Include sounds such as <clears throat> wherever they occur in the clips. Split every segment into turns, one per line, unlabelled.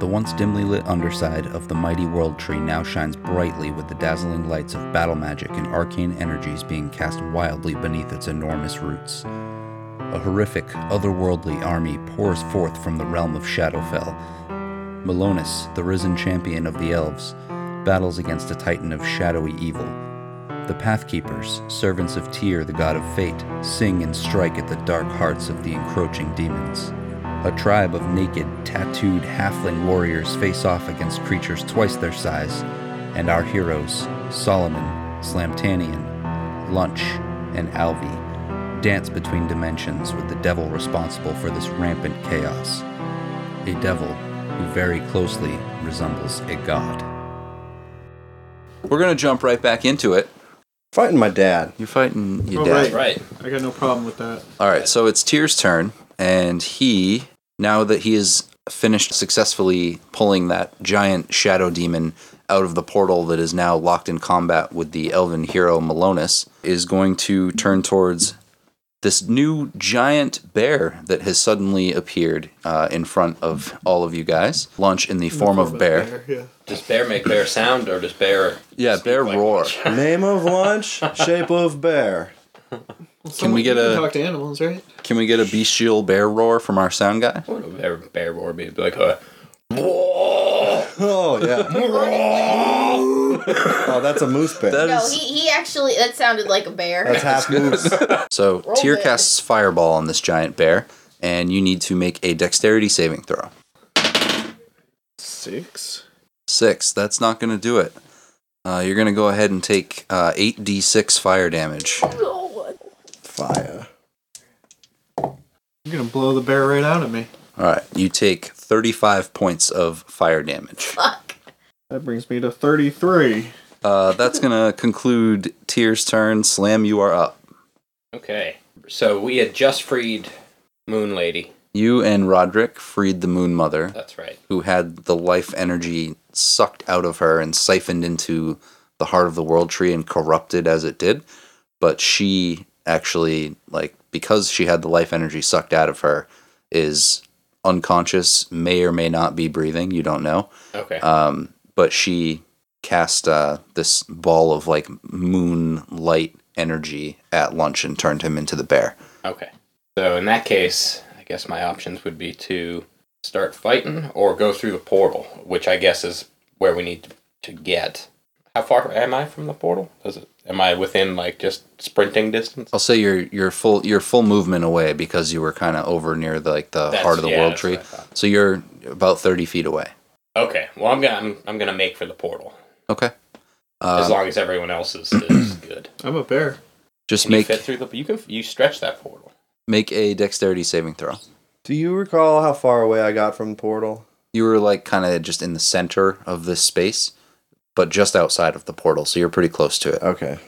The once dimly lit underside of the mighty world tree now shines brightly with the dazzling lights of battle magic and arcane energies being cast wildly beneath its enormous roots. A horrific, otherworldly army pours forth from the realm of Shadowfell. Melonis, the risen champion of the elves, battles against a titan of shadowy evil. The Pathkeepers, servants of Tyr, the god of fate, sing and strike at the dark hearts of the encroaching demons. A tribe of naked, tattooed halfling warriors face off against creatures twice their size, and our heroes, Solomon, Slamtanian, Lunch, and Alvi, dance between dimensions with the devil responsible for this rampant chaos. A devil who very closely resembles a god.
We're gonna jump right back into it.
Fighting my dad.
You're fighting your
Oh,
dad.
Right.
I got no problem with that.
All right, so it's Tyr's turn, and he, now that he has finished successfully pulling that giant shadow demon out of the portal that is now locked in combat with the elven hero Melonis, is going to turn towards this new giant bear that has suddenly appeared uh, in front of all of you guys. Lunch in the form of bear.
Yeah.
Does bear make bear sound or does bear?
Yeah, bear roar.
<laughs> Name of lunch, shape of bear.
Can we get a-
talk to animals, right?
Can we get a bestial bear roar from our sound guy?
What would a bear, bear roar be? It'd be like a.
Oh
<laughs>
yeah. oh, that's a moose bear.
That
No,
is-
he, he actually, that sounded like a bear. <laughs>
that's half moose.
So
Roll
Tyr
it.
casts fireball on this giant bear, and you need to make a dexterity saving throw.
Six.
Six. That's not going to do it. Uh, you're going to go ahead and take uh, 8d6 fire damage.
Oh,
Fire.
You're gonna blow the bear right out of me.
All right. You take 35 points of fire damage.
Fuck.
That brings me to 33.
Uh, that's going to conclude Tyr's turn. Slam, you are up.
Okay. So we had just freed Moon Lady.
You and Roderick freed the Moon Mother.
That's right.
who had the life energy sucked out of her and siphoned into the heart of the world tree and corrupted as it did but she actually like because she had the life energy sucked out of her is unconscious may or may not be breathing you don't know
Okay.
um, but she cast uh, this ball of like moonlight energy at lunch and turned him into the bear
okay. So in that case, I guess my options would be to start fighting or go through the portal, which I guess is where we need to, to get. How far am I from the portal? Does it? Am I within like just sprinting distance?
i'll say you're you're full you're full movement away because you were kind of over near the, like the heart of the
yeah,
world
that's
tree
what I thought.
So you're about 30 feet away.
Okay. Well, I'm gonna I'm, I'm gonna make for the portal
Okay. Uh,
as long as everyone else is, is good.
I'm a bear.
just
Can you
make
fit through the? You can you stretch that portal.
make a dexterity saving throw.
Do you recall how far away I got from the portal?
You were like kind of just in the center of this space, but just outside of the portal, so you're pretty close to it.
Okay.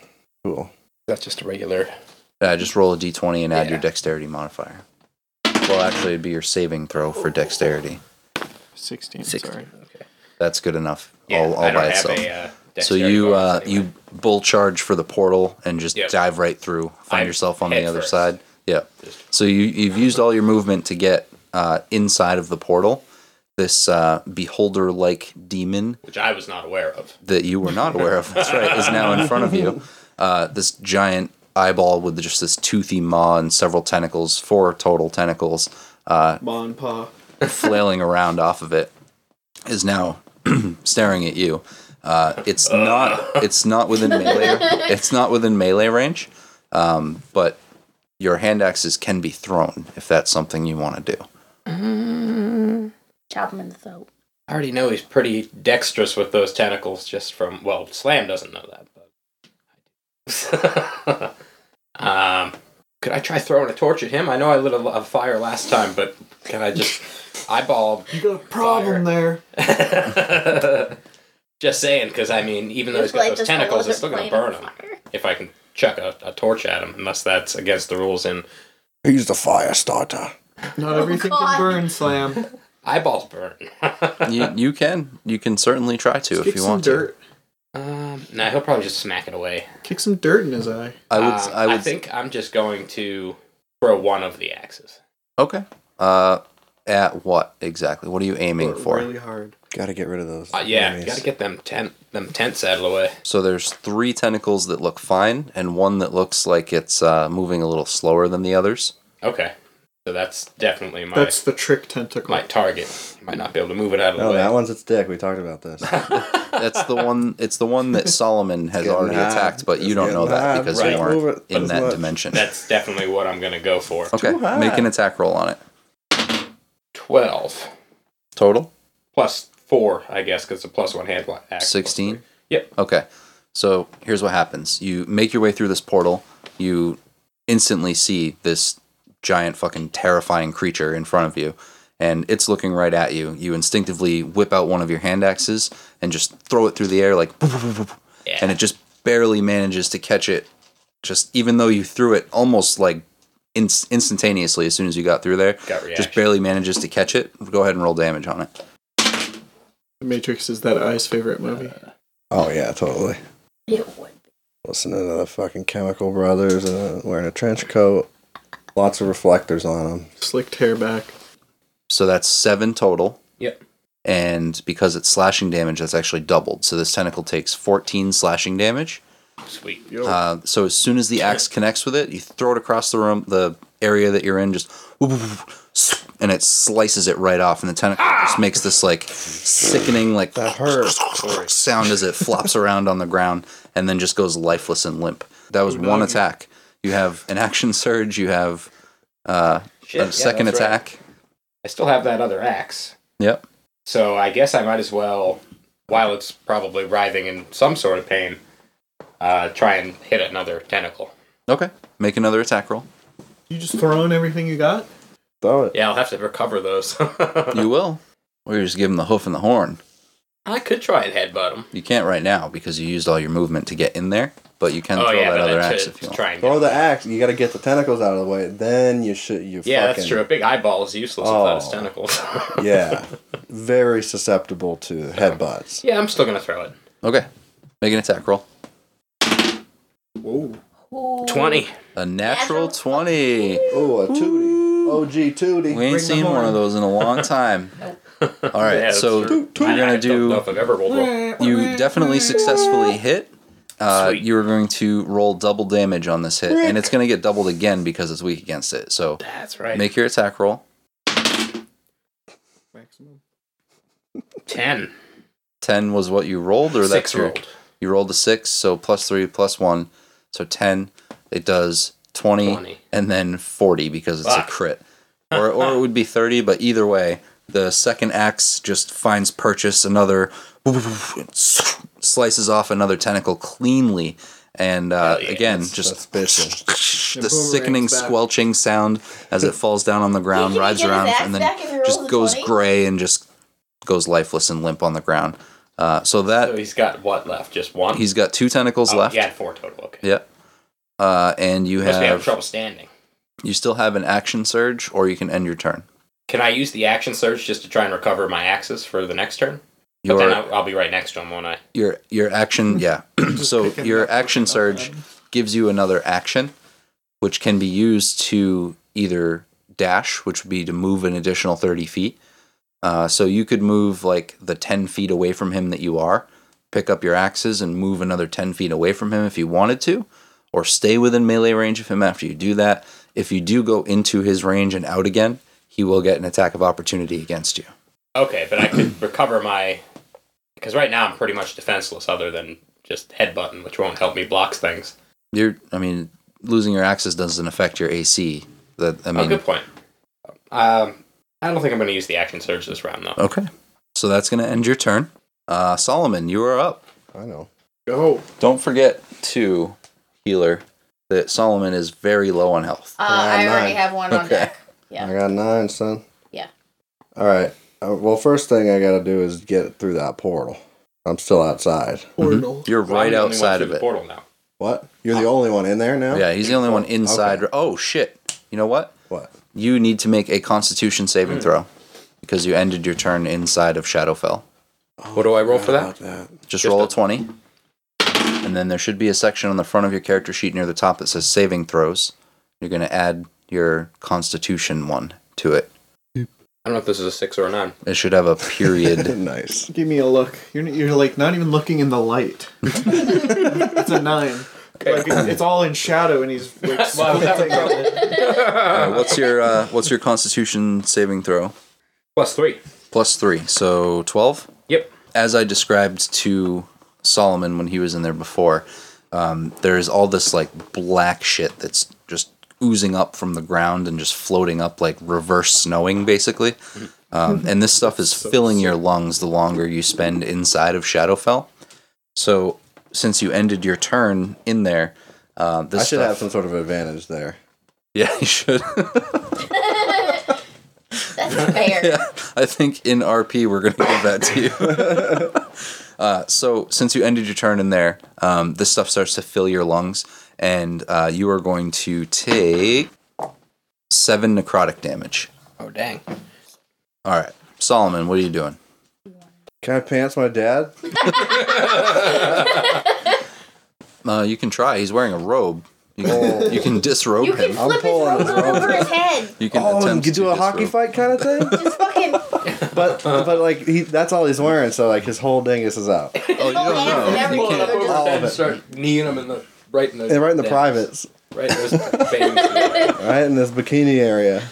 Cool.
That's just a regular.
Uh, just roll a d20 and add your
Yeah.
dexterity modifier. Well, actually, it'd be your saving throw for dexterity.
16, Sorry.
That's good enough
Yeah,
all,
I
all
don't
by
have
itself.
a. Uh,
so
dexterity
you uh,
bonus anyway.
you bull charge for the portal and just
Yep.
dive right through. Find
I'm
yourself on the
head
other
first.
side. Yeah. So you you've used all your movement to get uh, inside of the portal. This uh, beholder like demon
which I was not aware of.
that you were not aware
<laughs>
of. That's right. Is now in front of you. Uh, this giant eyeball with just this toothy maw and several tentacles, four total tentacles, uh,
Maw and paw.
flailing around off of it is now <clears throat> staring at you. Uh, it's not it's not within melee it's not within melee range, um, but your hand axes can be thrown if that's something you want to do.
Chop him in the throat.
I already know he's pretty dexterous with those tentacles, just from well, Slam doesn't know that, but <laughs> um, could I try throwing a torch at him? I know I lit a, a fire last time, but can I <laughs> just eyeball?
You got a problem
Fire.
there.
<laughs> just saying, because I mean, even though he's
Like,
got those
just a little
tentacles, it's
bit
still gonna
plain on
burn him
fire.
if I can chuck a, a torch at him, unless that's against the rules in
He's the fire starter.
Oh
Not everything
God.
can burn, Slam.
eyeballs burn. <laughs>
You you can you can certainly try to if
Kick
you
some
want to.
dirt.
um, nah, he'll probably just smack it away.
Kick some dirt in his eye.
I would
Uh,
I would
think I'm just going to throw one of the axes.
okay. Uh, at what exactly? What are you aiming for?
Really hard.
Gotta get rid of those.
Uh, yeah,
enemies.
gotta get them tent them tents out of the way.
So there's three tentacles that look fine, and one that looks like it's uh, moving a little slower than the others.
Okay, so that's definitely my
That's the trick tentacle.
my target. Might not be able to move it out of
Oh,
the
No,
way.
Oh, that one's its dick. We talked about
<laughs>
this.
That's the one. It's the one that Solomon has
Getting
already
high.
attacked, but you
It's
don't know
getting
that
high.
because
Right.
you weren't
Move it
in
as
that
much.
dimension.
That's definitely what I'm gonna go for.
okay,
too high.
make an attack roll on it.
Twelve
Total
plus four, I guess, because the plus one hand wa- act.
sixteen.
Yep.
Okay. So here's what happens. You make your way through this portal. You instantly see this giant fucking terrifying creature in front of you and it's looking right at you. You instinctively whip out one of your hand axes and just throw it through the air like boop, boop, boop, boop. and it just barely manages to catch it just even though you threw it almost like in- instantaneously as soon as you got through there
Gut
just
reaction.
barely manages to catch it go ahead and roll damage on it
The Matrix is that eye's favorite movie.
Uh,
oh yeah, totally.
It would.
Listening to the fucking Chemical Brothers and uh, wearing a trench coat, lots of reflectors on them.
Slicked hair back.
so that's seven total
Yep.
and because it's slashing damage, that's actually doubled. So this tentacle takes 14 slashing damage.
Sweet.
Uh, so as soon as the axe connects with it, you throw it across the room, the area that you're in, just whoop, whoop, whoop, s- and it slices it right off, and the tentacle just makes this like sickening like
That hurt.
sound as it flops around on the ground, and then just goes lifeless and limp. That was one attack. You have an action surge. You have uh,
Shit,
a
yeah,
second
that's right.
attack.
I still have that other axe.
Yep.
So I guess I might as well, while it's probably writhing in some sort of pain, uh, try and hit another tentacle.
Okay. Make another attack roll.
You just throwing everything you got?
Throw it.
Yeah, I'll have to recover those. <laughs>
You will. Or you just give him the hoof and the horn.
I could try and headbutt them.
You can't right now because you used all your movement to get in there, but you can
Oh
throw
yeah,
that
but
other
then
axe
to,
if you
to
want.
try and
Throw
get
the axe. You gotta get the tentacles out of the way. Then you should. You.
Yeah, that's
fucking-
true. A big eyeball is useless without its
Oh.
tentacles. <laughs>
Yeah, very susceptible to headbutts.
yeah, I'm still gonna throw it.
Okay. Make an attack roll.
Whoa.
Twenty.
A natural
Natural
20.
Oh, a tootie. OG
We
tootie.
ain't
Bring
seen
the
one of
horn.
those in a
<laughs>
long time. All right,
Yeah,
so
that's true.
you're
I- I
going to
Don't know if
do.
I've ever rolled well.
You definitely successfully hit. Uh,
Sweet.
you're going to roll double damage on this hit, and it's going to get doubled again because it's weak against it. So
That's right.
make your attack roll.
Maximum.
ten.
10 was what you rolled, or
Six
that's your.
rolled.
You rolled a six, so plus three, plus one, so ten. It does 20,
20.
and then forty because it's
Fuck.
a crit, or or it would be thirty. But either way, the second axe just finds purchase. Another slices off another tentacle cleanly, and uh,
Hell yeah,
again,
That's-
just
that's bitchin'.
the
It boomerangs
sickening
back.
squelching sound as it falls down on the ground,
He can
rides
get his
around,
axe
and then
back if he rolls
just
a
goes
20?
gray and just goes lifeless and limp on the ground. Uh, so that
So he's got what left? Just one.
he's got two tentacles
oh,
left.
He had four total. Okay.
Yep. Uh, and you
Must be having
have
trouble standing.
you still have an action surge, or you can end your turn.
Can I use the action surge just to try and recover my axes for the next turn? But then
Your
I'll, I'll be right next to him, won't I?
your your action, yeah. <clears throat> so
pick him
your
up,
action
pick him up,
surge
man.
gives you another action, which can be used to either dash, which would be to move an additional thirty feet. Uh, so you could move like the ten feet away from him that you are, pick up your axes and move another ten feet away from him if you wanted to, or stay within melee range of him after you do that. If you do go into his range and out again, he will get an attack of opportunity against you.
Okay, but I could recover my. Because right now I'm pretty much defenseless, other than just headbutton, which won't help me block things.
You're, I mean, losing your axes doesn't affect your AC. That I
Oh,
mean,
good point. Um, I don't think I'm going to use the action surge this round, though.
okay. So that's gonna end your turn. Uh, Solomon, you are up.
I know.
Go.
Don't forget to healer that Solomon is very low on health.
Uh, I already
nine.
have one on
Okay.
deck.
I
Yeah.
got nine, son.
Yeah.
All right. Uh, well, first thing I gotta do is get through that portal. I'm still outside.
Portal.
You're
Well, I'm
Oh, right
the only one
outside
through
of
the
it.
Portal now.
What? You're the only one in there now?
Yeah, he's the only one inside.
Okay.
Oh shit! You know what?
What?
You need to make a Constitution
Hmm.
saving throw because you ended your turn inside of Shadowfell.
What do I roll for
About
that?
that.
Just,
Just
roll a,
a-
20. And then there should be a section on the front of your character sheet near the top that says saving throws. You're going to add your constitution one to it.
I don't know if this is a six or a nine.
It should have a <laughs> period.
<laughs> nice.
Give me a look. You're, you're like not even looking in
<laughs>
the light. it's a nine. Like it's, it's all in shadow, and he's
<laughs>
like, squinting.
Uh, what's your uh, What's your Constitution saving throw?
Plus three.
Plus three, so twelve.
Yep.
as I described to Solomon when he was in there before, um, there's all this like black shit that's just oozing up from the ground and just floating up like reverse snowing basically.
<laughs>
Um, and this stuff is filling your lungs the longer you spend inside of Shadowfell. So since you ended your turn in there, uh, this
I should
stuff-
have some sort of advantage there.
<laughs> yeah, you should.
That's
<laughs>
fair.
I think in RP we're going to give that to you.
<laughs>
uh, so since you ended your turn in there, um, this stuff starts to fill your lungs, and uh, you are going to take seven necrotic damage.
Oh dang.
All right, Solomon, what are you doing?
Can I pants my dad?
Uh, you can try. He's wearing a robe. You can, you can disrobe
You can
him.
flip his
pulling
robe
his robe.
over his head.
You can
Oh, and
attempt
you do
to
a hockey
disrobe.
fight kind of thing.
Just fucking
<laughs>
<laughs>
Oh,
but but like he, that's all he's wearing, so like his whole dingus is out,
Oh, you
whole
don't
hands and
know.
everything.
Pull it up
They're
over
just-
his head
of it.
and start kneeing him in the right in the
and right in the
yeah,
privates,
Right in those veins.
right in this bikini area.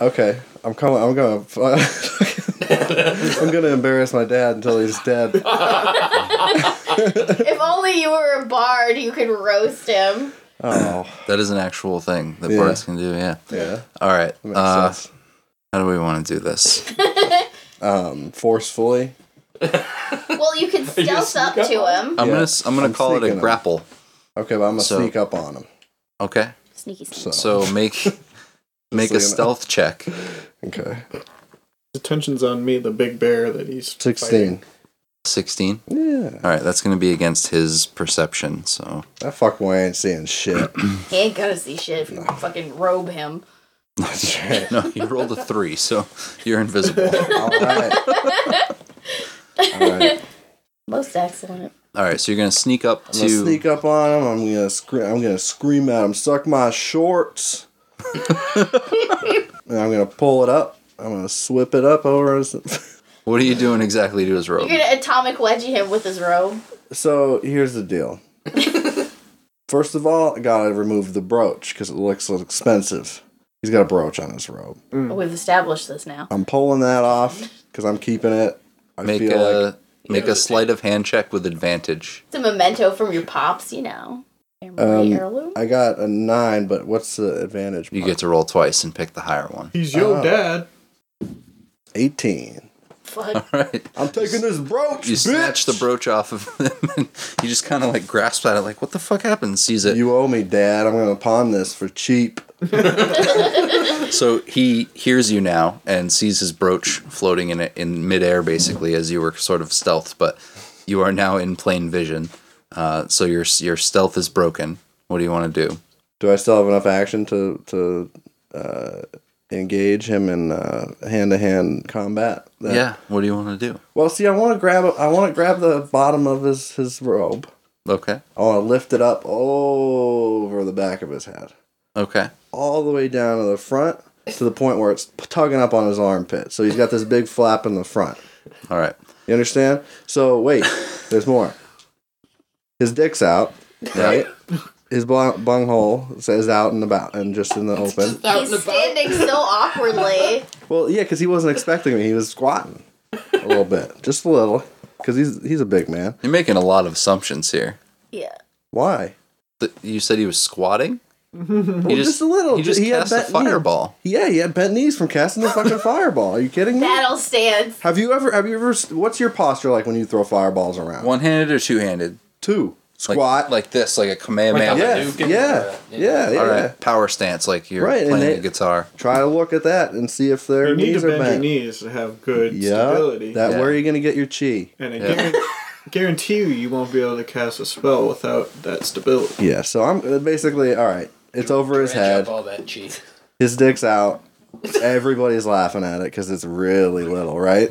okay, I'm coming. I'm gonna. <laughs> I'm gonna embarrass my dad until he's dead.
If only you were a bard, you could roast him.
Oh,
That is an actual thing that
Yeah.
birds can do. Yeah.
yeah,
All right.
that makes
Uh,
sense.
how do we want to do
<laughs>
this?
Um, forcefully.
Well, you
<laughs>
could stealth
sneak
up
up
to
on
him.
I'm
Yeah,
gonna s- I'm gonna
I'm
call it a
thinking of-
grapple.
Okay, but I'm gonna
So-
sneak up on him.
Okay.
Sneaky sneak.
So,
So
<laughs>
make make a
Just so you know.
stealth check.
okay,
Attention's on me, the big bear that he's
sixteen.
Sixteen.
Yeah,
All right, that's going to be against his perception.
<laughs>
So
that fuck boy ain't seeing
<clears throat>
shit.
He ain't gonna see shit if you fucking robe him.
That's right.
no, you rolled a three, so you're
<laughs>
invisible.
All right. All right.
Most excellent.
All right, so you're going to sneak up
I'm gonna
to.
sneak up on him. I'm gonna scream. I'm gonna scream at him. Suck my shorts.
<laughs>
and I'm gonna pull it up. I'm gonna swip it up over his. <laughs>
What are you doing exactly to his robe?
You're gonna atomic wedgie him with his robe.
so here's
<laughs>
the deal. First of all, I gotta remove the brooch because it looks expensive. He's got a brooch on his robe.
We've established this now.
I'm pulling that off because I'm keeping it. I
Make
feel
a
like
make a sleight of hand check with advantage.
It's a memento from your pops, you know. Family
Um,
heirloom.
I got a nine, but what's the advantage?
You
part?
get to roll twice and pick the higher one. <laughs>
He's your
Oh.
dad.
eighteen.
Fuck.
All right.
I'm taking this brooch.
You
bitch!
snatch the brooch off of him, and <laughs> you just kind of like grasp at it, like, "What the fuck happened?" Sees it,
You owe me, Dad. I'm gonna pawn this for cheap.
So he hears you now and sees his brooch floating in in midair, basically, as you were sort of stealth, but you are now in plain vision. Uh, so your your stealth is broken. What do you want to do?
Do I still have enough action to to uh, engage him in hand to hand combat? That-
yeah. Uh, What do you want to do?
Well, see, I want to grab I want to grab the bottom of his his robe.
Okay.
I want to lift it up over the back of his head,
Okay.
all the way down to the front, to the point where it's tugging up on his armpit. So he's got this big flap in the front.
All right.
You understand? So wait, there's more. His dick's out, right? His bung bunghole is out and about and just in the open.
He's standing so awkwardly.
Well, yeah, because he wasn't expecting me. He was squatting a little bit, just a little, because he's he's a big man.
You're making a lot of assumptions here.
Yeah.
Why?
Th- You said he was
<laughs>
squatting. He
just a little.
He just
He had
cast a
bent knee.
fireball.
Yeah, he had bent knees from casting the fucking fireball. Are you kidding me?
Battle stance.
Have you ever? Have you ever? What's your posture like when you throw fireballs around?
One handed or two handed?
two,
Like,
squat.
like this, like a Kamehameha.
Like a-
yeah,
you
yeah,
can-
yeah, yeah,
All right. Power stance, like you're
Right, and
playing
they-
a guitar.
Try to look at that and see if their
You need
knees
to
are
bend your
bent.
knees to have good
Yeah,
stability.
that
Yeah.
where are you gonna get your chi?
and I
Yeah.
guarantee, guarantee you, you won't be able to cast a spell without that stability.
Yeah, so I'm uh, basically all right. It's over his
Drench up
head.
all that cheese.
His
<laughs>
dick's out. Everybody's laughing at it because it's really little,
<laughs>
right?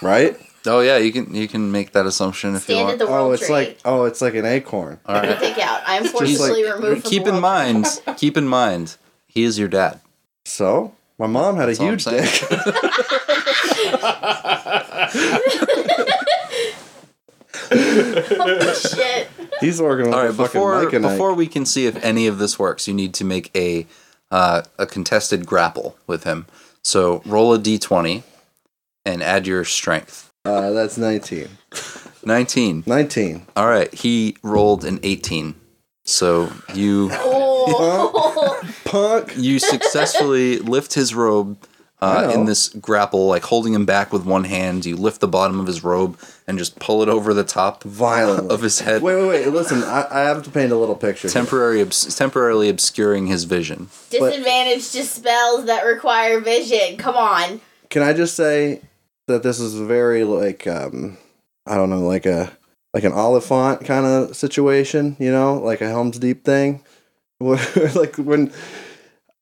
Right?
Oh yeah, you can you can make that assumption if you
Stand
want.
at the world
Oh, it's
tree.
like oh, it's like an acorn.
All right.
<laughs>
Take out. I am forcibly
like-
removed from
Keep
<laughs> the
in
world.
mind, keep in mind, he is your dad.
So my mom had a
all I'm
huge
saying.
dick. <laughs> <laughs>
Shit.
He's organizing
All right,
fucking
before
mic and I-
before we can see if any of this works, you need to make a uh, a contested grapple with him. So roll a d20 and add your strength.
uh, that's 19.
19.
19.
All right, he rolled an 18. So you
<laughs>
Oh.
Punk.
<laughs>
you successfully lift his robe
I
uh,
know.
in this grapple, like holding him back with one hand. You lift the bottom of his robe and just pull it over the top
Violently.
<laughs> of his head,
Wait, wait, wait. Listen, I, I have to paint a little picture. here.
temporary obs- temporarily obscuring his vision.
Disadvantage to spells that require vision. Come on.
Can I just say that this is very like um I don't know, like a like an Oliphant kind of situation, you know, like a Helm's Deep thing, <laughs> Where- like when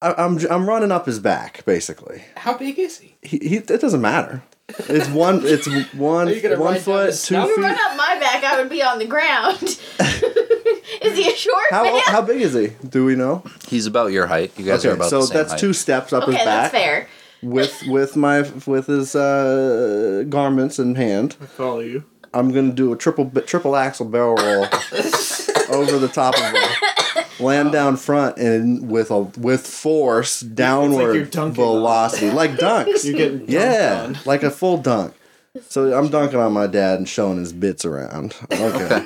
I, I'm I'm running up his back basically.
How big is he?
He, he it doesn't matter. It's one it's one
<laughs> Are you gonna
one
ride down
foot
his
two
snout?
feet.
Run up my back, I would be on the ground. <laughs> Is he a short
How
man?
how big is he? Do we know?
He's about your height. You guys are about
so
the same
that's
height.
two steps up
okay,
his back
that's fair.
with with my with his uh, garments in hand.
Follow you.
I'm gonna do a triple bi- triple axle barrel
<laughs>
roll over the top of it,
Oh.
land down front, and with a with
<laughs>
force
you're
downward
dunking on
velocity, like dunks.
<laughs> You're getting
<laughs>
dunked
yeah,
on.
like a full dunk. So I'm dunking on my dad and showing his bits
<laughs>
around. Okay,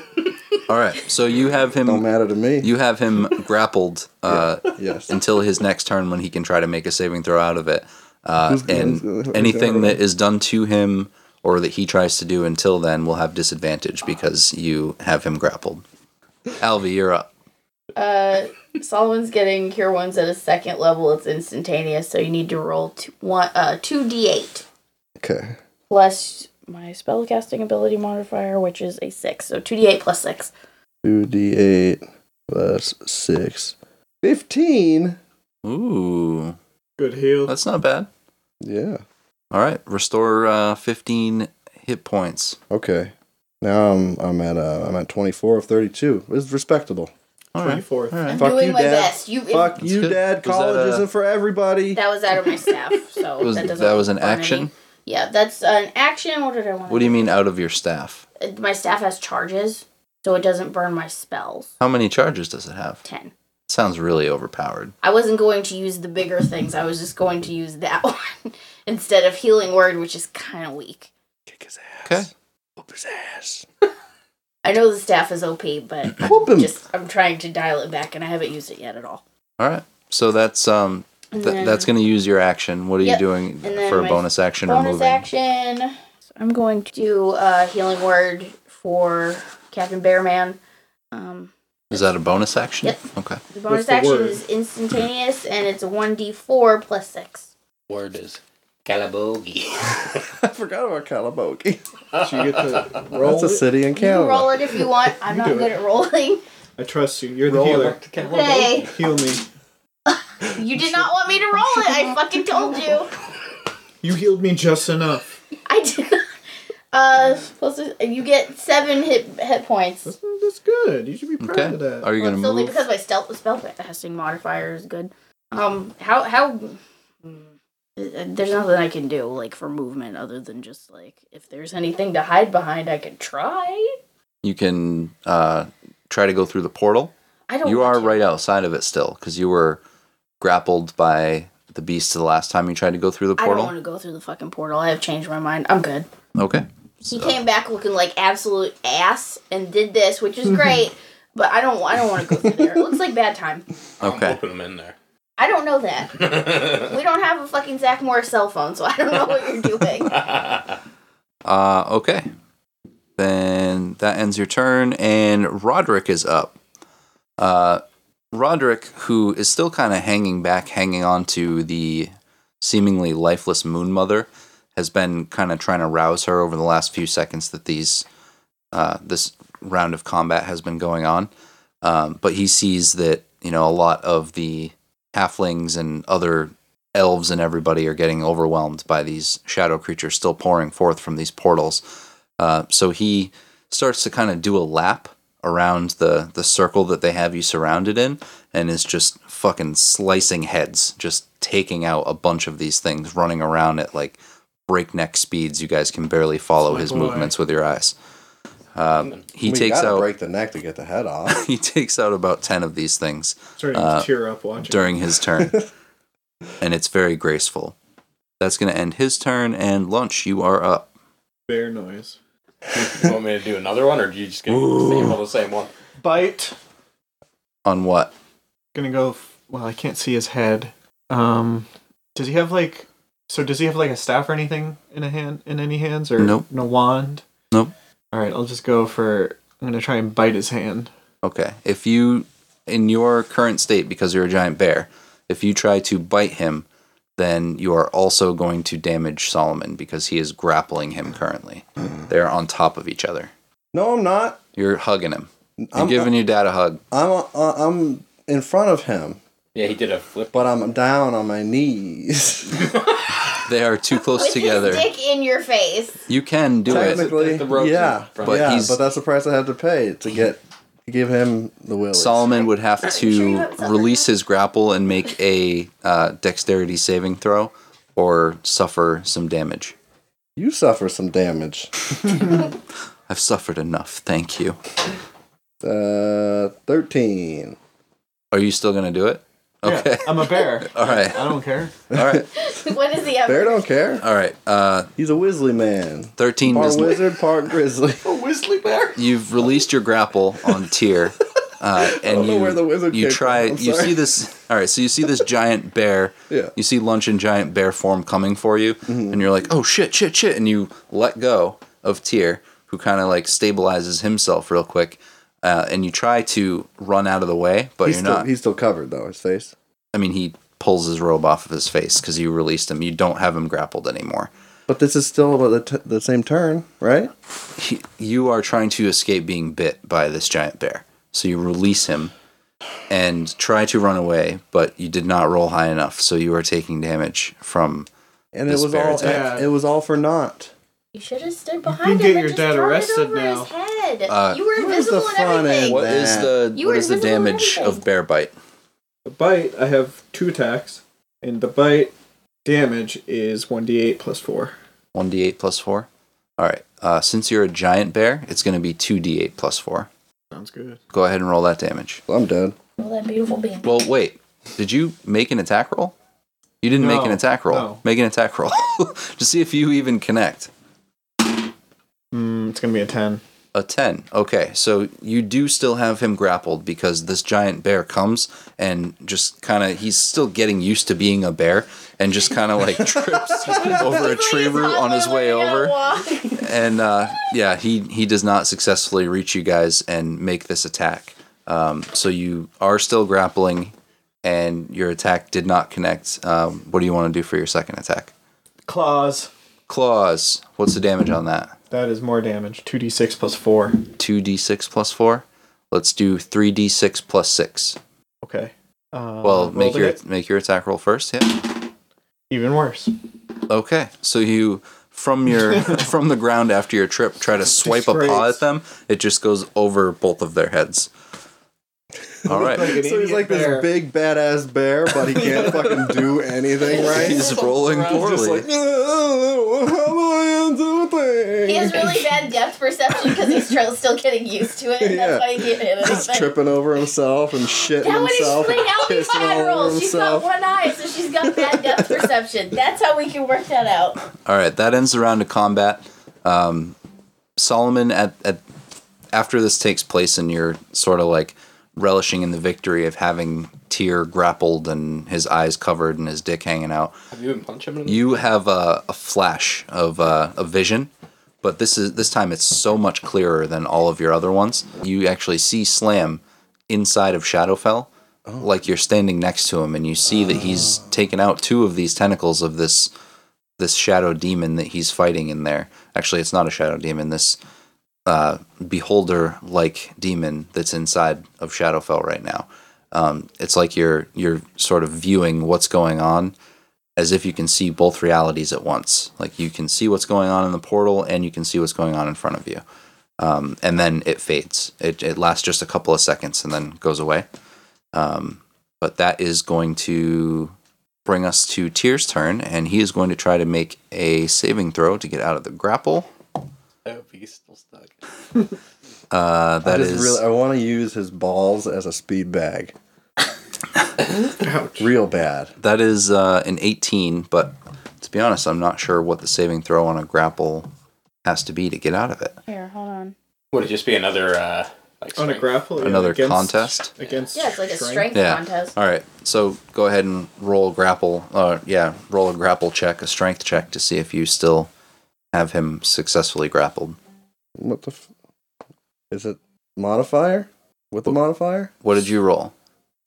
All right, so you have him.
don't matter to me.
You have
<laughs>
him grappled uh,
yes,
until his next turn when he can try to make a saving throw out of it. Uh, and
who's gonna- <laughs> who's
anything
gonna-
that is done to him or that he tries to do until then will have disadvantage because you have him grappled. Alvi, you're up.
Uh, Solomon's getting cure ones at a second level. It's instantaneous, so you need to roll two, one, uh, two d8
okay.
plus my spellcasting ability modifier, which is a six. So two d8 plus six.
Two d eight plus six. 15?
Ooh,
Good heal.
that's not bad.
Yeah.
All right, restore uh, 15 hit points.
Okay. Now I'm I'm at uh, I'm at 24 of 32. It's respectable.
All right.
24th.
I'm
Fuck
doing
you,
my
Dad.
best. You,
Fuck you,
good. Was
Dad.
that uh,
College
a-
isn't for everybody.
that was out of my staff,
<laughs>
so
Was-
that doesn't.
that was an
burn any-
action?
Yeah, that's an action. What did I want?
What do you mean out of your staff?
mean? My staff has charges, so it doesn't burn my spells.
How many charges does it have?
Ten.
Sounds really overpowered.
I wasn't going to use the bigger things. I was just going to use that <laughs> one instead of healing word, which is kind of week.
Okay.
I know the staff is OP,
<clears throat>
but
Whoop
I'm
him.
just I'm trying to dial it back, and I haven't used it yet at all.
All right. So that's um th-
then-
that's going to use your action. What are
Yep.
you doing
And then
for a
my
bonus action or
Bonus
moving?
action. So I'm going to do uh, healing word for Captain Bearman. Um,
Is that a bonus action?
Yep.
Okay.
the bonus
the
action
word?
is instantaneous, and it's one d4 plus six.
Word is Calabogie.
I forgot about Calabogie.
So you get to roll.
<laughs> That's a
it.
city in
You can roll
Canada.
it if you want. I'm not
do
good at rolling.
I trust you. You're the
Roll
healer.
it to Calabogie.
Hey,
Heal me.
you did not want me to roll it. I fucking told you.
You healed me just enough.
I did. Uh, plus you get seven hit hit points.
That's, that's good. You should be proud of
Okay.
that.
Are you
Well,
going
it's
to
only
move?
because my stealth spell casting modifier is good. Um, how how mm, there's nothing I can do like for movement other than just like if there's anything to hide behind, I can try.
you can uh try to go through the portal.
I don't.
You
want
are
to.
right outside of it still cuz you were grappled by the beast the last time you tried to go through the
I don't
portal.
want to go through the fucking portal. I have changed my mind. I'm good.
Okay.
He came back looking like absolute ass and did this, which <laughs> is great. but I don't. I don't want to go through there. It looks like bad time.
Okay.
I'm hoping I'm in there. <laughs>
I don't know that. we don't have a fucking Zach Morris cell phone, so I don't know what you're doing.
Uh okay. Then that ends your turn and Roderick is up. Uh Roderick who is still kind of hanging back hanging on to the seemingly lifeless moon mother has been kind of trying to rouse her over the last few seconds that these uh, this round of combat has been going on um, but he sees that you know a lot of the halflings and other elves and everybody are getting overwhelmed by these shadow creatures still pouring forth from these portals uh, so he starts to kind of do a lap around the the circle that they have you surrounded in, and is just fucking slicing heads, just taking out a bunch of these things, running around at like breakneck speeds. You guys can barely follow
my
his
boy.
movements with your eyes. Um, he
We
takes
gotta
out
break the neck to get the head
<laughs>
off.
he takes out about ten of these things
Starting
Uh,
to tear up watching.
during his
<laughs>
turn, and it's very graceful. That's going to end his turn. And lunch, you are up.
bear noise.
You want me to do another one, or do you just gonna sample the same one?
Bite.
On what?
Gonna go. F- well, I can't see his head. Um, does he have like? So does he have like a staff or anything in a hand in any hands or
Nope.
no wand?
Nope.
All right, I'll just go for. I'm gonna try and bite his hand.
Okay. If you, in your current state, because you're a giant bear, if you try to bite him, then you are also going to damage Solomon because he is grappling him currently.
Mm.
They're on top of each other.
no, I'm not.
You're hugging him. You're
I'm-
giving your dad a hug.
I'm uh, I'm in front of him,
Yeah, he did a flip.
but I'm down on
<laughs>
my knees.
They are too
<laughs>
close together.
His dick in your face.
You can do it.
Technically,
The rope's in
yeah,
front.
But
but yeah,
he's-
but that's the price I have to pay to get to give him the willies.
Solomon would have
sure you
to
haven't suffered
release his grapple and make a uh, dexterity saving throw or suffer some damage.
you suffer some damage.
I've suffered enough. Thank you.
Uh, thirteen.
Are you still going to do it? <laughs> Okay.
Yeah, I'm a bear.
<laughs> All right.
I don't care.
All right.
What is the other?
Bear don't care.
All right. Uh,
He's a Wizzly man.
13
Part
is. <laughs>
wizard, part grizzly.
A whistly bear.
You've released your grapple on tier.
<laughs>
Uh, and
know
you,
where the wizard
you
came
try
from, I'm
you
sorry.
see this all right so you see this giant bear
Yeah. Mm-hmm.
you see lunch in giant bear form coming for you and you're like oh shit shit shit and you let go of tier who kind of like stabilizes himself real quick uh, and you try to run out of the way but
he's
you're
still,
not
He's still covered though. His face.
i mean he pulls his robe off of his face because you released him you don't have him grappled anymore
But this is still the, t- the same turn, right?
he, you are trying to escape being bit by this giant bear. So you release him and try to run away, but you did not roll high enough, so you are taking damage from
And
This
it was
bear
all
attack.
it was all for naught.
You should have stood behind
get
him
your
and just
dad
thrown it
arrested
over
now.
his head.
Uh,
you were
where's the
invisible and
fun in
everything.
what is the
You
what
were
is the
invisible and
damage
everything.
of bear bite?
The bite. I have two attacks, and the bite damage is one d8 plus four.
One d eight plus four. All right. Uh, since you're a giant bear, it's going to be two d eight plus four.
Sounds good.
Go ahead and roll that damage.
Well, I'm dead.
Well, that beautiful being.
Well, wait. Did you make an attack roll? You didn't make an
No,
attack roll.
no.
Make an attack roll <laughs> to see if you even connect.
Mm, it's gonna be a ten.
A 10. Okay, so you do still have him grappled because this giant bear comes and just kind of, he's still getting used to being a bear and just kind of like trips over a tree root on his way over. And uh, yeah, he, he does not successfully reach you guys and make this attack. Um, so you are still grappling and your attack did not connect. Um, what do you want to do for your second attack?
Claws.
Claws. What's the damage on that?
That is more damage. Two d six plus four.
2d6 plus 4. Let's do 3d6 plus 6.
Uh-huh.
Okay. Uh,
Well, make
rolled a
your
hit.
make your attack roll first. Yeah.
even worse.
Okay. So you from
<laughs>
your from the ground after your trip try to swipe a paw
Disgrace.
at them. It just goes over both of their
<laughs>
heads. All right.
an
So he's
idiot
like this
bear.
big badass bear, but he
<laughs>
can't fucking do anything right.
He's rolling
just
poorly.
like, "Oh, how do I undo things?"
He has really bad depth perception because he's tr- still getting used to it, and
Yeah.
that's why he can't hit
He's
anything.
tripping over himself and shitting
That would
himself,
explain
and
Albie's
<laughs> pissing
bad
all over
rolls. She's got
himself.
one eye, so she's got bad depth perception. That's how we can work that out.
All right, that ends the round of combat. Um, Solomon, at, at after this takes place, and you're sort of like relishing in the victory of having Tyr grappled and his eyes covered and his dick hanging out.
Have you been punching him? In the-
You have a, a flash of uh, a vision, but this is this time it's so much clearer than all of your other ones. You actually see Slam inside of Shadowfell, like you're standing next to him, and you see that he's taken out two of these tentacles of this this shadow demon that he's fighting in there. Actually, it's not a shadow demon. This uh, beholder like demon that's inside of Shadowfell right now. Um, it's like you're you're sort of viewing what's going on as if you can see both realities at once. Like you can see what's going on in the portal and you can see what's going on in front of you. um, and then it fades. It, it lasts just a couple of seconds and then goes away. Um, but that is going to bring us to Tyr's turn, and he is going to try to make a saving throw to get out of the grapple.
I hope he's still stuck.
Uh, that
I just
is
really I want to use his balls as a speed bag. Real bad.
that is uh, an 18, but to be honest, I'm not sure what the saving throw on a grapple has to be to get out of it.
Here, hold on.
Would it just be another uh, like
on a
strength?
grapple. yeah,
Another
against-
contest?
against.
Yeah, it's like a strength
Yeah.
contest.
All right. So go ahead and roll a grapple. Uh, yeah, roll a grapple check, a strength check to see if you still have him successfully grappled.
What the? F- is it modifier? With the modifier?
What did you roll?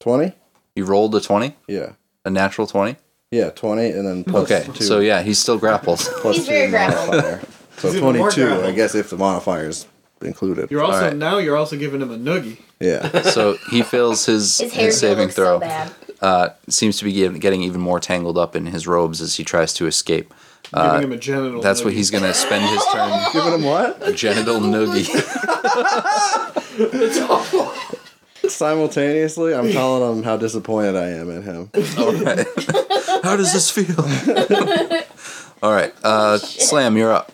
Twenty?
You rolled a 20,
Yeah.
a natural 20.
Yeah, twenty, and then plus
Okay.
two.
So yeah, he's still
<laughs>
grappled.
plus
He's
two
very grappled.
modifier.
He's
so
even more
twenty-two, I
grappled.
guess, if the modifier is included.
You're also
Alright.
now you're also giving him a noogie. <laughs>
Yeah.
so he fails his
His
his,
hair
saving
looks
throw.
so bad.
uh, seems to be getting getting even more tangled up in his robes as he tries to escape. Uh,
giving him a genital.
that's what
noogie.
he's gonna spend his turn.
Giving him what?
<laughs>
A <laughs> genital <laughs> noogie.
Simultaneously, I'm telling him how disappointed I am in him.
How does this <laughs> feel? All right, uh, Slam, you're up.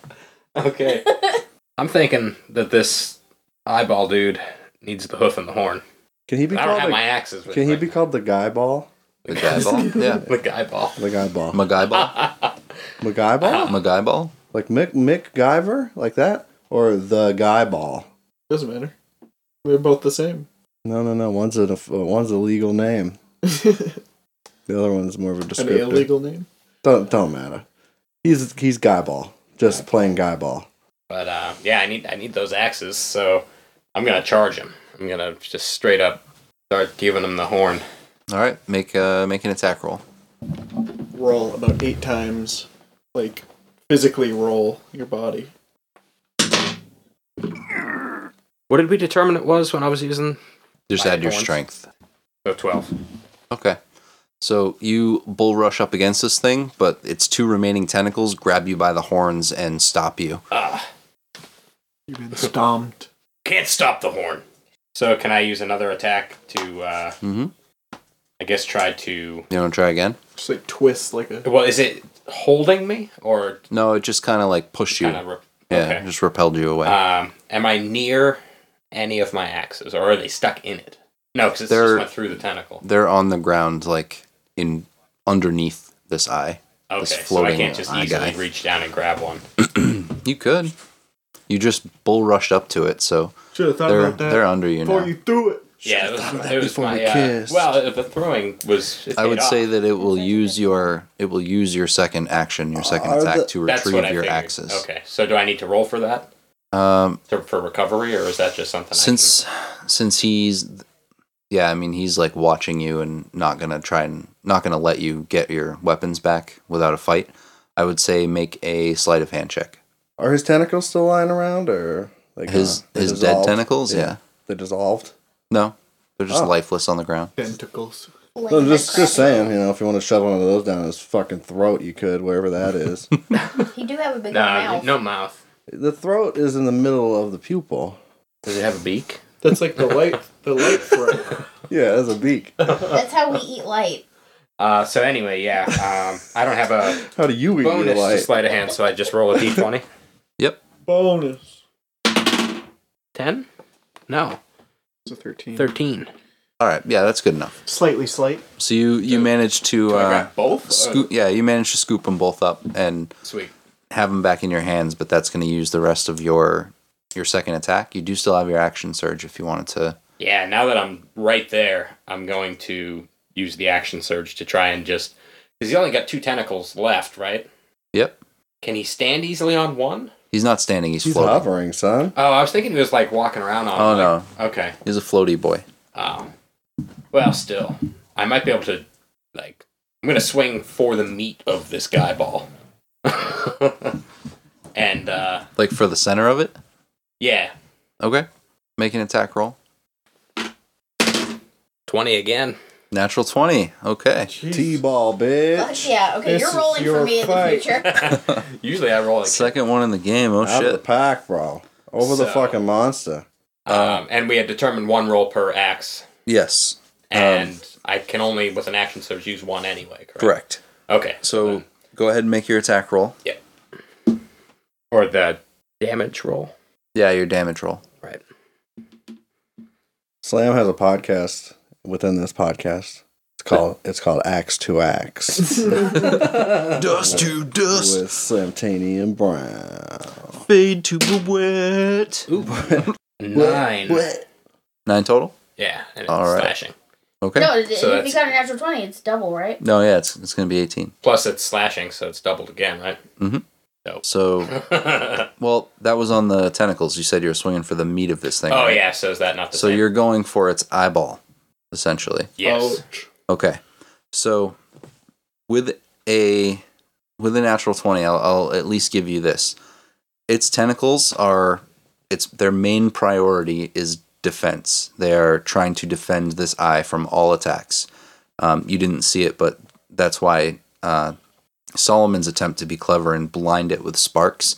Okay. <laughs> I'm thinking that this eyeball dude needs the hoof and the horn.
Can he be
I don't
called?
have
The,
my axes. With
can he
me.
be called the guy ball?
The guy <laughs> ball. Yeah.
the guy <laughs> ball?
The guy ball.
MacGyver. ball.
MacGyver? ball?
Ah.
MacGyver. ball.
Like Mick Mick Guyver, like that, or the guy ball?
doesn't matter. They're both the same. <laughs>
No, no, no. One's a one's a legal name. The other one's more of a
An
descriptor.
illegal name.
Don't don't matter. He's he's guy ball, just plain guy ball.
But uh, yeah, I need I need those axes, so I'm gonna charge him. I'm gonna just straight up start giving him the horn.
All right, make uh, make an attack roll.
Roll about eight times. Like physically roll your body.
What did we determine it was when I was using?
Just
Fire
add your
horns.
strength.
Oh, 12.
Okay. So you bull rush up against this thing, but its two remaining tentacles grab you by the horns and stop you.
Ah,
<laughs>
You've been stomped.
can't stop the horn. So can I use another attack to? Uh,
Mhm.
I guess try to.
You want to try again?
Just like twist like a
Well, is it holding me or
No, it just kind of like pushed you.
kind of? Re-
yeah,
okay.
just repelled you away.
Um, am I near any of my axes, or are they stuck in it? No, because it
They're-
just went through the tentacle.
They're on the ground, like in underneath this eye.
Okay,
this
so I
floating
can't just
eye
easily
guy.
reach down and grab one.
You could. You just bull rushed up to it, so
should have thought
they're
about that
they're under you
before
now.
you threw it.
Yeah, it was, it was
before
my.
we
Uh,
kissed.
well, the throwing was. it
I
paid
would
off.
say that it will use your it will use your second action, your second
Are
attack
the-
to
That's
retrieve
what Uh, I
your
figured.
axes.
Okay, so do I need to roll for that
Um,
to, for recovery, or is that just something?
since since he's yeah, I mean he's like watching you and not gonna try and not gonna let you get your weapons back without a fight. I would say make a sleight of hand check.
Are his tentacles still lying around, or like
His his dead tentacles, yeah.
they dissolved?
No, they're just
Oh.
lifeless on the ground.
Tentacles.
No, just just saying, you know, if you want to shove one of those down his fucking throat, you could, wherever <laughs> that is.
He do have a big
I can... No,
mouth.
no mouth.
the throat is in the middle of the pupil.
Does it have a beak?
That's like the light the light throw.
Yeah, that's a beak.
That's how we eat light.
Uh, so anyway, yeah, um, I don't have <laughs> a
How do you eat your
bonus to
light?
sleight of hand, so I just roll a d20.
Yep.
<laughs> Bonus.
<laughs> Ten? No,
It's a thirteen.
thirteen.
All right. Yeah, that's good enough.
Slightly slight.
So you you managed to
I
uh,
got both.
scoop. Yeah, you managed to scoop them both up and
Oh, sweet.
have them back in your hands, but that's going to use the rest of your your second attack. You do still have your action surge if you wanted to.
Yeah, now that I'm right there, I'm going to use the action surge to try and just because he only got two tentacles left, right?
Yep.
Can he stand easily on one?
He's not standing. He's,
He's
floating.
hovering, son.
Oh, I was thinking he was like walking around on.
Oh
one.
no,
Okay.
he's a floaty boy.
Oh. Well, still, I might be able to like. I'm gonna swing for the meat of this guy ball. <laughs> and uh,
Like for the center of it.
yeah,
Okay. Make an attack roll.
twenty again.
Natural twenty. Okay.
T ball, bitch.
Fuck yeah. Okay,
This
you're
is
rolling
your
for me in
fight.
the future.
Usually I roll like
Second one in the game. Oh
Out of the
shit.
pack, bro. Over the
So-
fucking monster.
Um, and we had determined one roll per axe,
Yes,
and I can only with an action surge use one anyway. Correct.
correct.
Okay. Uh,
So go ahead and make your attack roll.
or the damage roll.
Yeah, your damage roll.
Right.
Slam has a podcast within this podcast. It's called it's called Axe
<laughs>
to Axe
Dust to dust,
with Slim Taney and Brown.
fade to the wet.
Ooh, nine.
What?
Nine total.
Yeah, and it's
All right.
slashing.
Okay.
No, if
So
you
that's-
got a natural 20, it's double, right?
No, yeah, it's it's gonna be eighteen.
Plus, it's slashing, so it's doubled again, right? <laughs>
So
oh
Well, that was on the tentacles. You said you were swinging for the meat of this thing. right?
Oh, yeah. So is that not the
So
same?
you're going for its eyeball, essentially.
yes.
Okay. So with a with a natural twenty, I'll, I'll at least give you this. Its tentacles are its their main priority is defense. They are trying to defend this eye from all attacks. Um, you didn't see it, but that's why uh, Solomon's attempt to be clever and blind it with sparks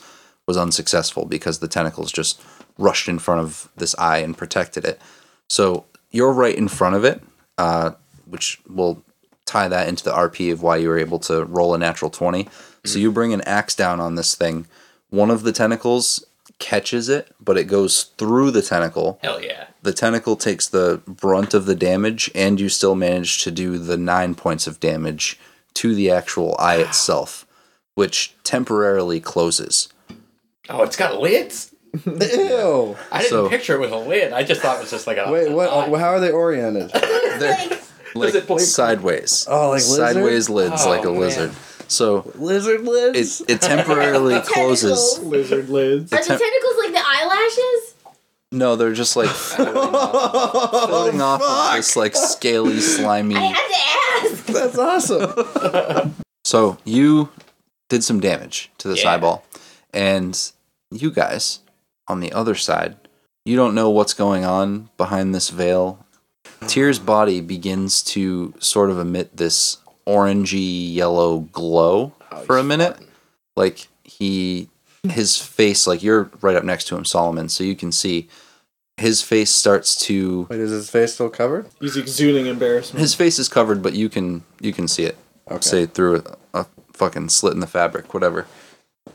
was unsuccessful because the tentacles just rushed in front of this eye and protected it. So you're right in front of it, uh, which will tie that into the RP of why you were able to roll a natural 20.
Mm-hmm.
So you bring an axe down on this thing. One of the tentacles catches it, but it goes through the tentacle.
Hell yeah.
The tentacle takes the brunt of the damage, and you still manage to do the nine points of damage to the actual eye itself, which temporarily closes.
Oh, it's got lids.
Ew.
I didn't
So-
picture it with a lid. I just thought it was just like a.
Wait, what? uh,
an eye.
How are they oriented?
They're like
it blink?
sideways.
Oh, like lizard?
sideways lids,
Oh,
like a
man.
lizard. So
Lizard
it,
lids.
it temporarily closes.
Tentacles.
Lizard lids.
Are the tentacles like the eyelashes?
No, they're just like floating
Oh,
floating off of this like scaly, slimy.
I had to ask.
that's awesome.
So you did some damage to this
Yeah.
eyeball, and you guys on the other side, you don't know what's going on behind this veil. Tyr's body begins to sort of emit this orangey yellow glow for a minute. Like he, his face, like you're right up next to him, Solomon, so you can see his face starts to.
Wait, is his face still covered?
He's exuding embarrassment.
His face is covered, but you can you can see it.
Okay.
Say through a, a fucking slit in the fabric, whatever.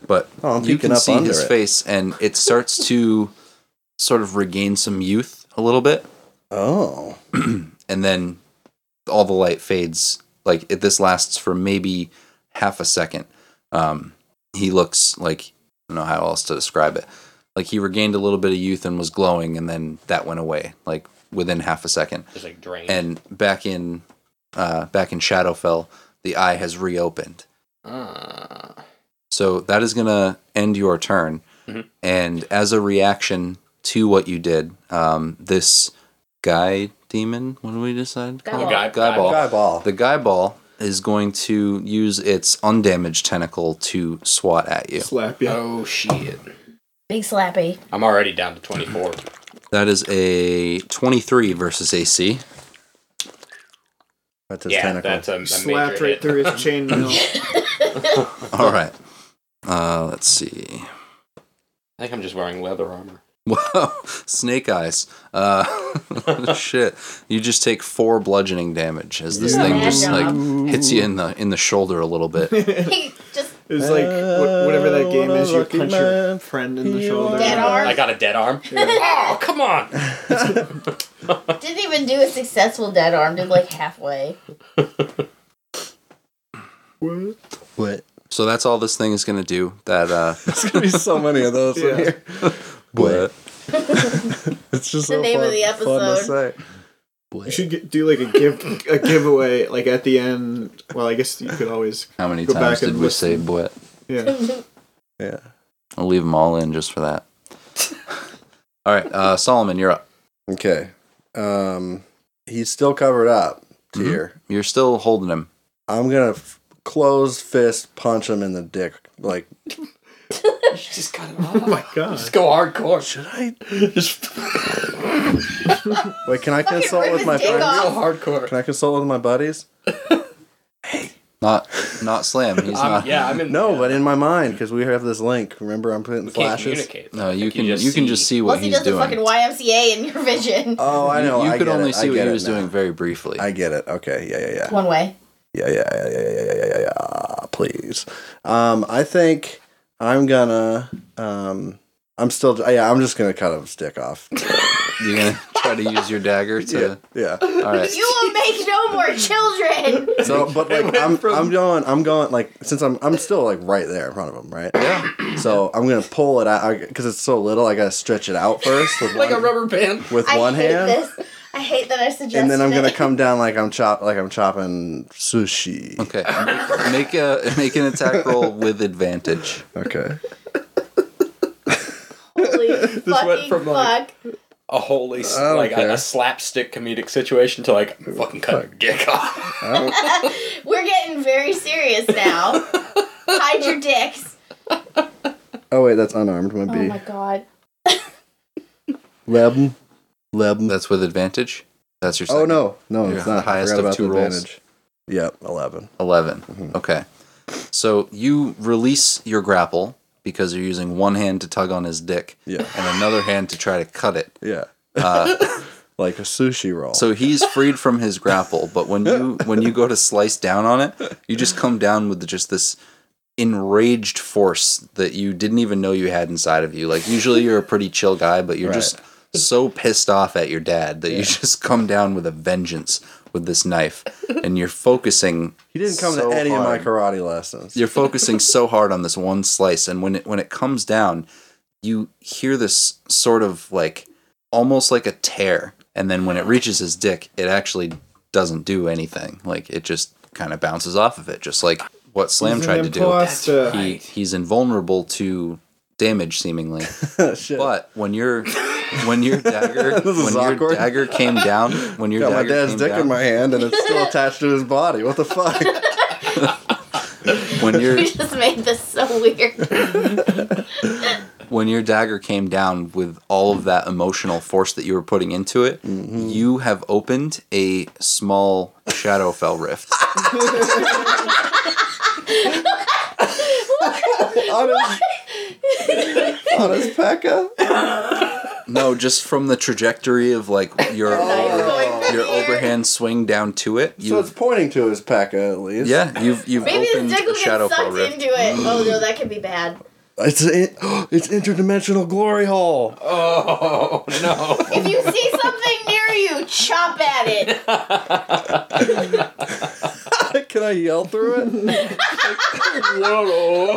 But
Oh, I'm
you
peeking
can
up
see
under
his
it.
face, and it starts to sort of regain some youth a little bit,
Oh.
and then all the light fades. Like it, this lasts for maybe half a second. Um, he looks like I don't know how else to describe it. Like he regained a little bit of youth and was glowing, and then that went away. Like within half a second
Just like drain.
and back in uh, back in Shadowfell, the eye has reopened.
Ah.
So that is gonna end your turn.
Mhm.
And as a reaction to what you did, um, this guy demon, what do we decide? to call
Guy
it? Oh, guy
Guy-
ball.
guy
ball.
Guy ball.
The guy ball is going to use its undamaged tentacle to swat at you.
Slap you.
Oh shit.
Big slappy.
I'm already down to 24.
That is a twenty-three versus AC.
That's his
Yeah,
tentacle.
that's a, a
Slapped
major
right
hit.
through his chainmail.
All right. Uh, let's see. <laughs>
I think I'm just wearing leather armor.
Wow, snake eyes. Uh, <laughs> shit, you just take four bludgeoning damage as this
Yeah.
thing just
Bad
like hits you in the in the shoulder a little bit.
<laughs>
Just
It's like wh- whatever that game is, you
Lucky
punch
man.
your friend in the shoulder.
dead
I
arm.
got a dead arm.
<laughs>
Oh, come on.
<laughs>
Didn't even do a successful dead arm. Did like halfway.
What?
So that's all this thing is gonna do. That
<laughs>
uh,
There's gonna be so many of those
Yeah.
in here.
what?
It's just
The
so
name of
fun,
the
fun to
episode.
say.
You should get, do like a give a giveaway like at the end. Well, I guess you could always
How many
Go
times
back and
did we say
listen.
what?
yeah.
Yeah.
I'll leave them all in just for
<laughs>
that. all right, uh, Solomon, you're up.
Okay. Um, he's still covered up.
Mhm.
Tear.
You're still holding him.
I'm gonna f- close fist punch him in the dick. Like,
You just got it off.
Oh <laughs> God.
Just go hardcore. Should
I-
Just
wait, can I consult
rip
with
his
my
dick
friends?
off.
hardcore.
Can I consult with my buddies?
Not not slam. He's
I'm-
not.
Um, yeah, I'm in.
No,
yeah.
but in my mind, because we have this link. Remember, I'm putting
we can't
flashes.
communicate.
No,
I
you
think
can you, can
see-
just see what
Plus, he
he's
does the
doing.
fucking YMCA in your vision.
Uh,
Oh, I
You-
know.
You,
I
could
get
only
it, I
see what
get
he
it
was
now.
doing very briefly.
I get it. Okay. Yeah, yeah,
<laughs>
yeah.
One way.
yeah, yeah, yeah, yeah, yeah, yeah, yeah, yeah, please. Um, I think I'm gonna. Um, I'm still. Yeah, I'm just gonna cut him stick off.
You're
<laughs>
gonna try to use your dagger to.
yeah.
All right.
You will make no
<laughs>
more children.
So, but like,
went
I'm,
from-
I'm going, I'm going, like, since I'm, I'm still like right there in front of him, right? Yeah. So I'm gonna pull it out because it's so little. I gotta stretch it out first with
like
one,
a rubber band.
with
I
one
hate
hand,
this. I hate that I suggested.
and then I'm gonna
it.
come down like I'm chop, like I'm chopping sushi.
Okay. Make a make an attack roll with advantage.
Okay.
Holy fucking
from, like-
fuck!
A holy s-
I don't
like
care.
a, a slapstick comedic situation to like fucking cut your dick <laughs> off.
We're getting very serious now. Hide your dicks.
Oh wait, that's unarmed. My
Oh
B.
my god.
Leben, Leben.
That's with advantage. That's your.
Oh
second.
no, no,
You're
it's not.
highest
Highest
of
about
two
the
rolls.
advantage. Yep, eleven.
11 Okay. So you release your grapple because you're using one hand to tug on his dick
Yeah.
and another hand to try to cut it.
Yeah,
Uh,
like a sushi roll.
so he's freed from his grapple, but when you when you go to slice down on it, you just come down with just this enraged force that you didn't even know you had inside of you. Like usually you're a pretty chill guy, but you're
Right.
just so pissed off at your dad that you just come down with a vengeance with this knife and you're focusing
he didn't come
so
to any
hard
of my karate lessons.
you're focusing so hard on this one slice and when it when it comes down you hear this sort of like almost like a tear and then when it reaches his dick it actually doesn't do anything like it just kind of bounces off of it just like what slam
He's an
tried to do
imposter.
he, he's invulnerable to damage
<laughs>
seemingly
Shit.
but when your when
<laughs>
your dagger
This is
when your
awkward.
dagger came down when your
Got my
dagger
dad's
came
dick
down,
in my hand and it's
<laughs>
still attached to his body. What the fuck?
<laughs>
when
<laughs>
your
We just made this so weird.
when your dagger came down with all of that emotional force that you were putting into it,
Mm-hmm.
you have opened a small Shadowfell
<laughs>
rift.
honest, honest Pekka.
no, just from the trajectory of like your
Oh, going
your,
from
your
here.
overhand swing down to it.
So
You
it's pointing to his Pekka at least.
yeah, you've you've
Maybe his
opened
dick
a
will get
Shadowfell
sucked
rift.
into it. Oh no, that could be bad.
It's in, <gasps> it's interdimensional glory hole. <laughs>
Oh
<laughs>
no!
If you
<laughs>
see something near you, chop at it.
Can I yell
<laughs>
through it?
Whoa!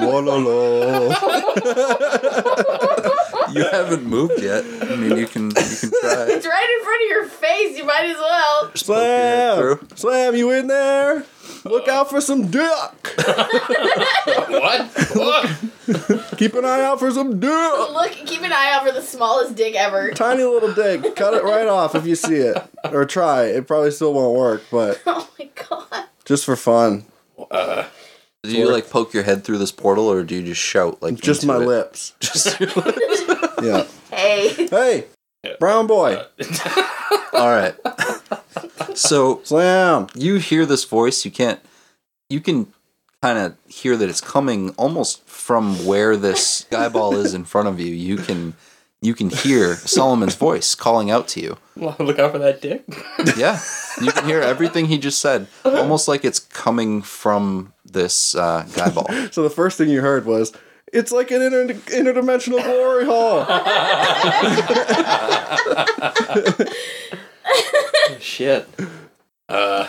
Lo, lo, <laughs> lo.
You haven't moved yet. I mean, you can you can
<laughs>
try.
It's right in front of your face. You might as well.
Poke your head
Slam!
through.
Slam, you in there? Look out for some dick!
what? What?
Keep an eye out for some
Oh.
dick!
Look, keep an eye out for the smallest dick ever. <laughs>
Tiny little dick. Cut it right off if you see it. Or try. It probably still won't work, but
Oh my god.
just for fun.
Do you like poke your head through this portal, or do you just shout like
Just
into
my
it?
lips. <laughs>
Just
Yeah.
Hey.
Hey! Brown
Uh,
boy.
<laughs> all
<laughs>
right. So
Slam!
you hear this voice you can't you can kind of hear that it's coming almost from where this guy ball is in front of you you can you can hear solomon's voice calling out to you
<laughs> Look out for that dick.
yeah you can hear everything he just said almost like it's coming from this uh, guy ball
So the first thing you heard was, it's like an inter- interdimensional glory
<laughs>
hole.
Shit. Uh,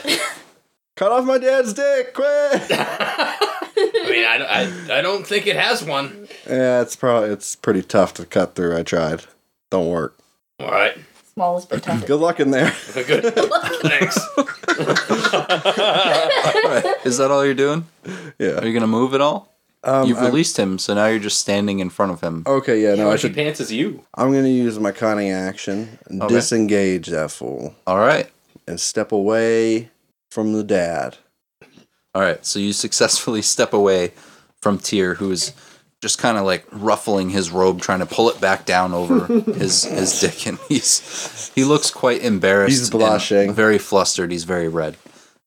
Cut off my dad's dick, quick!
<laughs>
I mean, I, I, I don't think it has one.
yeah, it's probably it's pretty tough to cut through. I tried. Don't work.
All right.
Smallest but toughest.
Good luck in there. <laughs>
Good. Thanks.
all right is that all you're doing are
yeah.
you gonna move at all
Um,
you've
I'm-
released him so now you're just standing in front of him
okay, yeah, no, I should
pants is you.
I'm gonna use my cunning action and
Okay.
disengage that fool
all right
and step away from the dad.
All right, so you <laughs> successfully step away from Tyr, who is just kind of like ruffling his robe, trying to pull it back down
<laughs>
over his his dick, and he's he looks quite embarrassed.
He's blushing.
and very flustered. He's very red.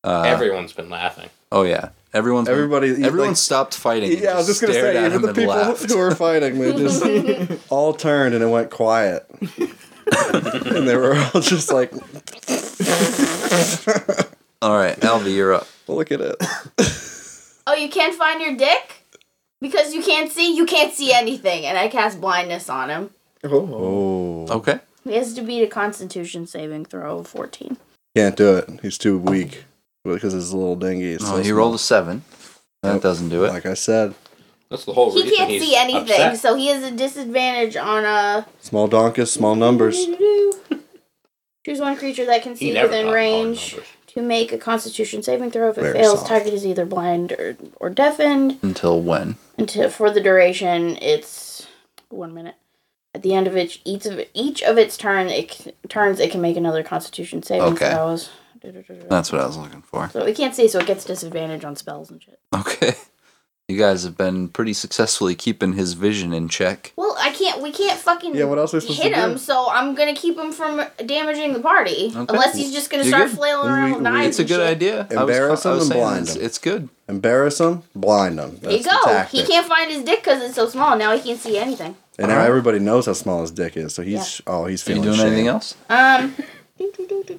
Everyone's been laughing.
Oh yeah, everyone's
Everybody-
everyone
like-
stopped fighting. and
Yeah, I was just gonna
stared
say,
at
even
him
the
and
people
laughed.
<laughs> who were fighting, they just
<laughs>
all turned and it went quiet, and they were all just like,
All right, Alvi, you're up.
"Look at it."
Oh, you can't find your dick? Because you can't see? You can't see anything. And I cast blindness on him.
Oh,
Okay.
He has to beat a Constitution saving throw of fourteen.
Can't do it. He's too weak because his little dinghy. Is <laughs> so
Oh, he
small.
rolled a seven. That
Nope.
doesn't do it.
Like I said,
That's the whole reason
He can't
he's
see anything,
upset.
so he has a disadvantage on uh, a.
small donkeys, small numbers.
<laughs> Choose one creature that can
He
see
never
within
thought
range
numbers.
to make a Constitution saving throw. If it
Very
fails,
soft.
target is either blind or, or deafened.
Until when?
Until for the duration, it's one minute. At the end of each each of each of its turn, it c- turns it can make another Constitution saving
Okay.
Uh.
throws.
That's what I was looking for. <laughs>
So it can't see, so it gets disadvantage on spells and shit.
Okay. You guys have been pretty successfully keeping his vision in check.
Well, I can't. We can't fucking
Yeah, what else are we supposed
hit
to do?
him, so I'm gonna keep him from damaging the party.
Okay.
Unless he's just gonna
You're
start
good.
flailing
We-
around with
we-
knives.
It's a
and
good
shit.
idea. I was-
Embarrass him
I was
and
saying
blind
it's,
him.
it's good.
Embarrass him, blind him.
There you
That's the
go.
tactic.
He can't find his dick because it's so small. Now he can't see anything.
And now everybody knows how small his dick is, so he's oh, he's
Are you
feeling
doing
shame.
anything else?
Um.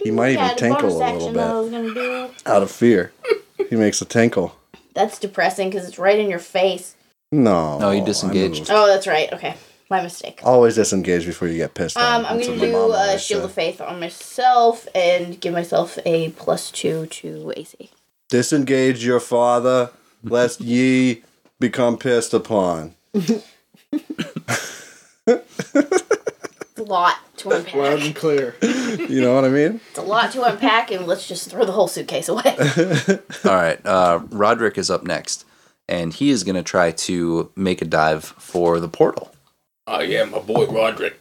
He might even
yeah, the
tinkle
bonus
a little
action
bit.
that I was gonna do.
Out of fear, he makes a tinkle.
That's depressing because it's right in your face.
No,
No, he
I
disengaged.
moved.
Oh, that's right. Okay, my mistake.
Always disengage before you get pissed. at
Um,
him.
I'm
Oh, That's
gonna
what my
do
mom
a
always
shield
said.
of faith on myself and give myself a plus two to AC.
Disengage your father,
<laughs>
lest ye become pissed upon.
It's a lot to
Loud
unpack.
and clear.
You know what I
<laughs>
mean?
It's a lot to unpack, and let's just throw the whole suitcase
<laughs>
away.
All right. Uh, Roderick is up next, and he is going to try to make a dive for the portal.
Oh yeah, my boy Roderick.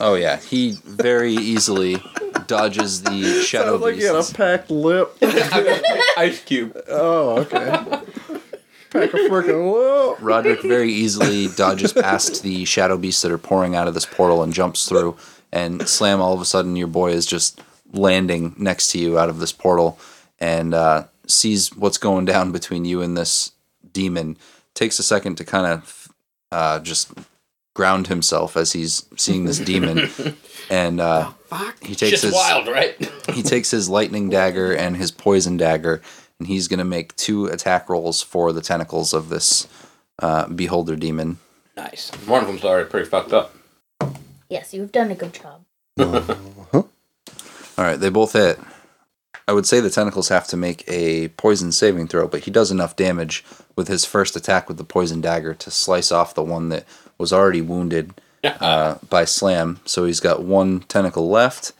Oh yeah, he very easily dodges
<laughs>
the shadow beasts.
packed lip.
Ice Cube.
Oh,
<laughs>
okay. Pack a freaking lip.
<laughs>
Roderick very easily dodges past the shadow beasts that are pouring out of this portal and jumps through. And slam! All of a sudden, your boy is just landing next to you out of this portal and uh, sees what's going down between you and this demon. Takes a second to kind of uh, just ground himself as he's seeing this
<laughs>
demon, and uh, he takes
Just
his
wild, right?
he takes his lightning dagger and his poison dagger, and he's going to make two attack rolls for the tentacles of this uh, beholder demon.
nice. One of them's already pretty fucked up.
yes, you've done a good job.
All right, they both hit. I would say the tentacles have to make a poison saving throw, but he does enough damage with his first attack with the poison dagger to slice off the one that was already wounded uh, by slam. So he's got one tentacle left,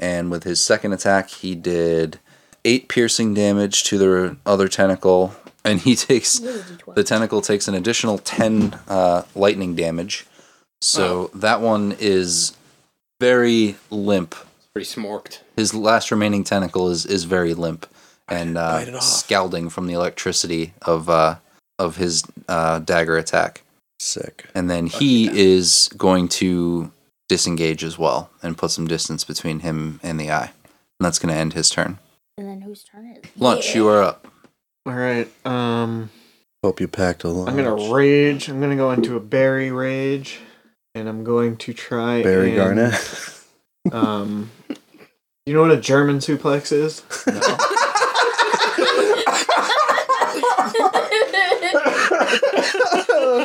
and with his second attack, he did eight piercing damage to the other tentacle, and he <laughs> takes the tentacle takes an additional ten uh, lightning damage. So that one is very limp
Pretty smorked.
his last remaining tentacle is is very limp and uh, scalding from the electricity of uh, of his uh, dagger attack.
Sick.
And then he is going to disengage as well and put some distance between him and the eye. And that's going to end his turn.
And then whose turn is it?
Lunch, you are up.
All right. Um,
Hope you packed a lunch.
I'm gonna rage. I'm gonna go into a berry rage, and I'm going to try
<laughs>
Barry <laughs>
and,
Garnett.
Um, you know what a German suplex is?
Holy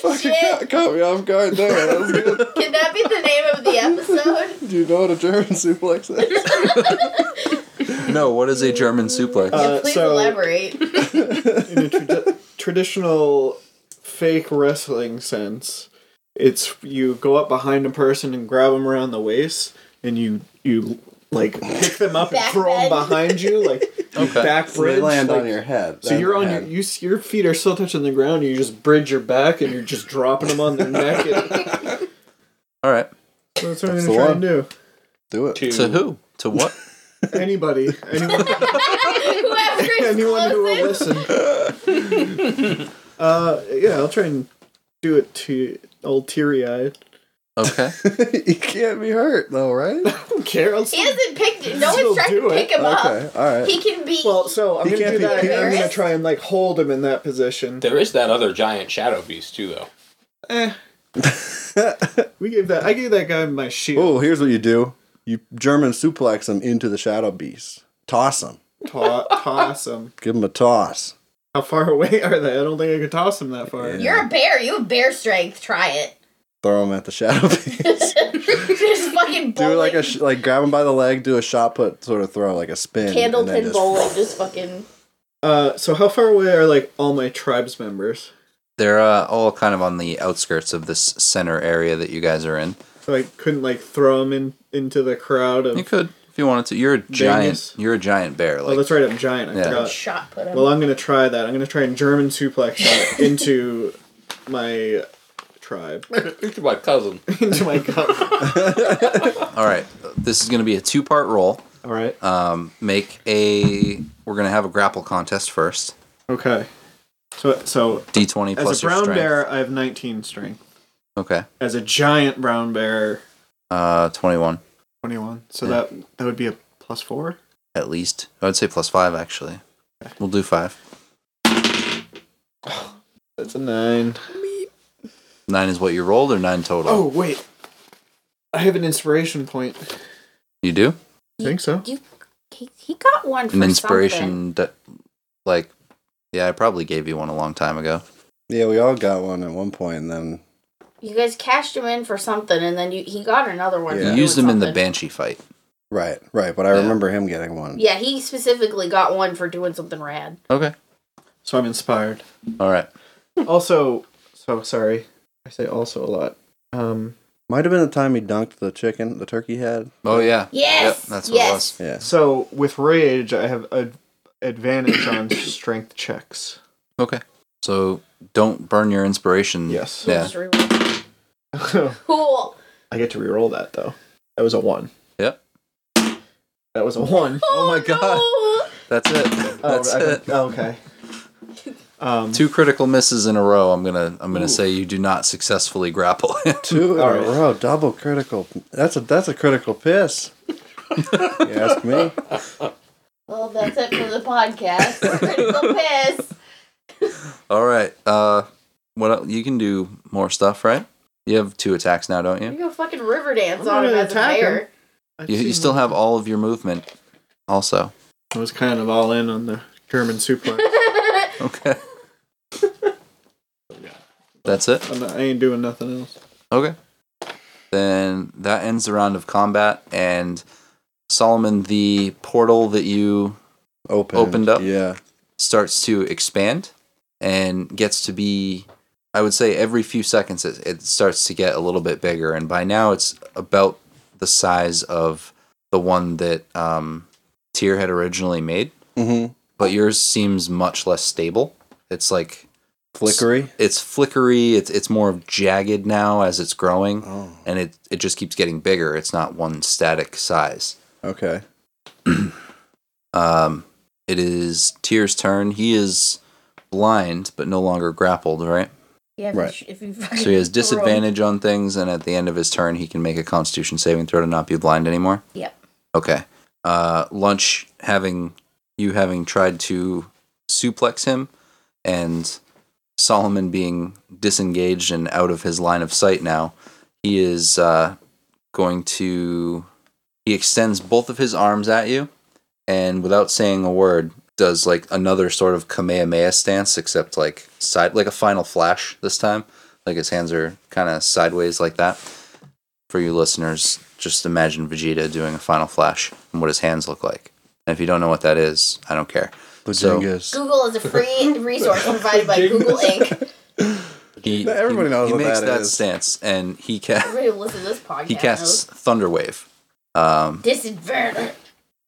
Caught-
shit!
Caught me off guard there. That was good.
Can that be the name of the episode?
Do you know what a German suplex is?
No, what is a German suplex?
Uh,
Please
so-
elaborate.
In a trad- traditional fake wrestling sense, it's you go up behind a person and grab them around the waist, and you you like pick them up and
Back
throw
bend.
them behind you like
<laughs>
you back
They
bridge.
land
like-
on your head.
So you're on your
head.
you, s- your feet are still touching the ground. You just bridge your back and you're just dropping them on
<laughs>
their neck. And,
All right.
that's what I'm
That's
gonna
the
try
one.
and do.
Do <laughs> it.
Two.
To who? To what?
<laughs> Anybody, anyone,
Whoever is
<laughs> anyone who will
closest.
<laughs> listen. Uh, yeah, I'll try and do it to old teary eyed.
Okay.
he can't be hurt though,
<laughs>
right?
I don't care. I'll
He
still-
doesn't pick. No
Still
one's trying
do
to
it.
pick him
Okay,
up.
all right.
He can be.
well, so I'm
He
gonna
can't
do
be
that. I'm gonna
embarrassed?
try and like hold him in that position.
There is that other giant shadow beast too, though.
Eh. we gave that. I gave that guy my shield.
Oh, here's what you do: you German suplex him into the shadow beast, toss him,
Ta- toss him.
give him a toss.
How far away <laughs> are they? I don't think I could toss him that far.
You're a bear. You have bear strength. Try it. <laughs>
throw him at the <laughs> shadow beast.
Just fucking bowling.
do like a sh- like grab him by the leg, do a shot put sort of throw, like a spin.
Candle
and then
pin
just- <laughs>
bowling, just fucking.
Uh, so how far away are like all my tribes members?
They're uh, all kind of on the outskirts of this center area that you guys are in.
So I couldn't like throw him in into the crowd. Of,
You could, if you wanted to. You're a giant.
Vegas.
You're a giant bear.
oh,
Like
that's right. I'm giant. I
Yeah.
forgot.
shot put him.
Well, I'm gonna try that. I'm gonna try and German suplex him <laughs> into my tribe,
Look at my cousin.
<laughs> into my cup.
All right, this is going to be a two-part roll.
<laughs> All right.
Um, make a. We're going to have a grapple contest first.
Okay. So so
D20
as
plus
a brown
your strength.
bear, I have 19 strength.
Okay.
As a giant brown bear,
Uh, 21
21. So
Yeah.
that that would be a plus four.
at least. I would say plus five actually. We'll do five.
That's a nine.
Nine is what you rolled, or nine total.
Oh wait, I have an inspiration point.
You do
I think so.
You, he, he got one for
an
something.
inspiration. That, like, yeah, I probably gave you one a long time ago.
Yeah, we all got one at one point, and then
You guys cashed him in for something, and then you, he got another one.
Yeah.
for
You
doing
used them in the
something.
banshee fight.
right, right. But I
Yeah.
remember him getting one.
Yeah, he specifically got one for doing something rad.
Okay.
So I'm inspired.
All right.
also, so sorry. I say also a lot. Um.
Might have been the time he dunked the chicken, the turkey head.
Oh yeah.
Yes,
that's what
yes.
it was.
Yeah.
So with rage, I have a advantage
<coughs>
on strength checks. <laughs>
Okay. So don't burn your inspiration.
Yes.
Yeah.
Just reroll.
I
cool.
get to reroll that though. That was a one.
Yep.
That was a one.
Oh my god. That's it. <laughs> That's
I got-
it.
oh, okay. Um.
Two critical misses in a row. I'm gonna. I'm gonna say you do not successfully grapple. <laughs> it.
Two in
All
a
right.
row, double critical. That's a that's a critical
<laughs>
piss. you ask me.
Well, that's it for the podcast.
<laughs>
Critical piss.
All right. Uh, what el you can do more stuff, right? You have two attacks now, don't
You
you?
go fucking river dance
I'm
on him
gonna
as a
attack
bear.
him. I've
You, you
seen
still
that.
have all of your movement,
<laughs>
also.
I was kind of all in on the German suplex. <laughs>
Okay. That's it.
I'm not, I ain't doing nothing else.
Okay. Then that ends the round of combat, and Solomon, the portal that you
Open.
Opened up.
Yeah.
starts to expand and gets to be i would say every few seconds it, it starts to get a little bit bigger and by now it's about the size of the one that um, tier had originally made
Mm-hmm.
but yours seems much less stable it's like
Flickery.
it's flickery it's it's more jagged now as it's growing
Oh.
and it, it just keeps getting bigger it's not one static size
Okay.
um, it is tier's turn he is blind but no longer grappled right
<laughs> Yeah, if,
Right.
you, sh- if you fucking
So he has
<laughs> throw him-
disadvantage on things, and at the end of his turn, he can make a Constitution saving throw to not be blind anymore.
Yep.
Okay. Uh, lunch having you having tried to suplex him, and Solomon being disengaged and out of his line of sight now, he is uh, going to he extends both of his arms at you, and without saying a word, does like another sort of Kamehameha stance, except like side like a final flash this time like his hands are kind of sideways like that. For you listeners, just imagine Vegeta doing a final flash and what his hands look like. And if you don't know what that is, I don't care.
The
So-
Genghis.
Google is a
<laughs>
free resource provided by Google Inc.
He
Everybody
he,
knows
he
what
makes
that
that
is.
stance and he ca-
Everybody who listens to this podcast.
<laughs> he
knows.
casts Thunderwave um,
disadvantage.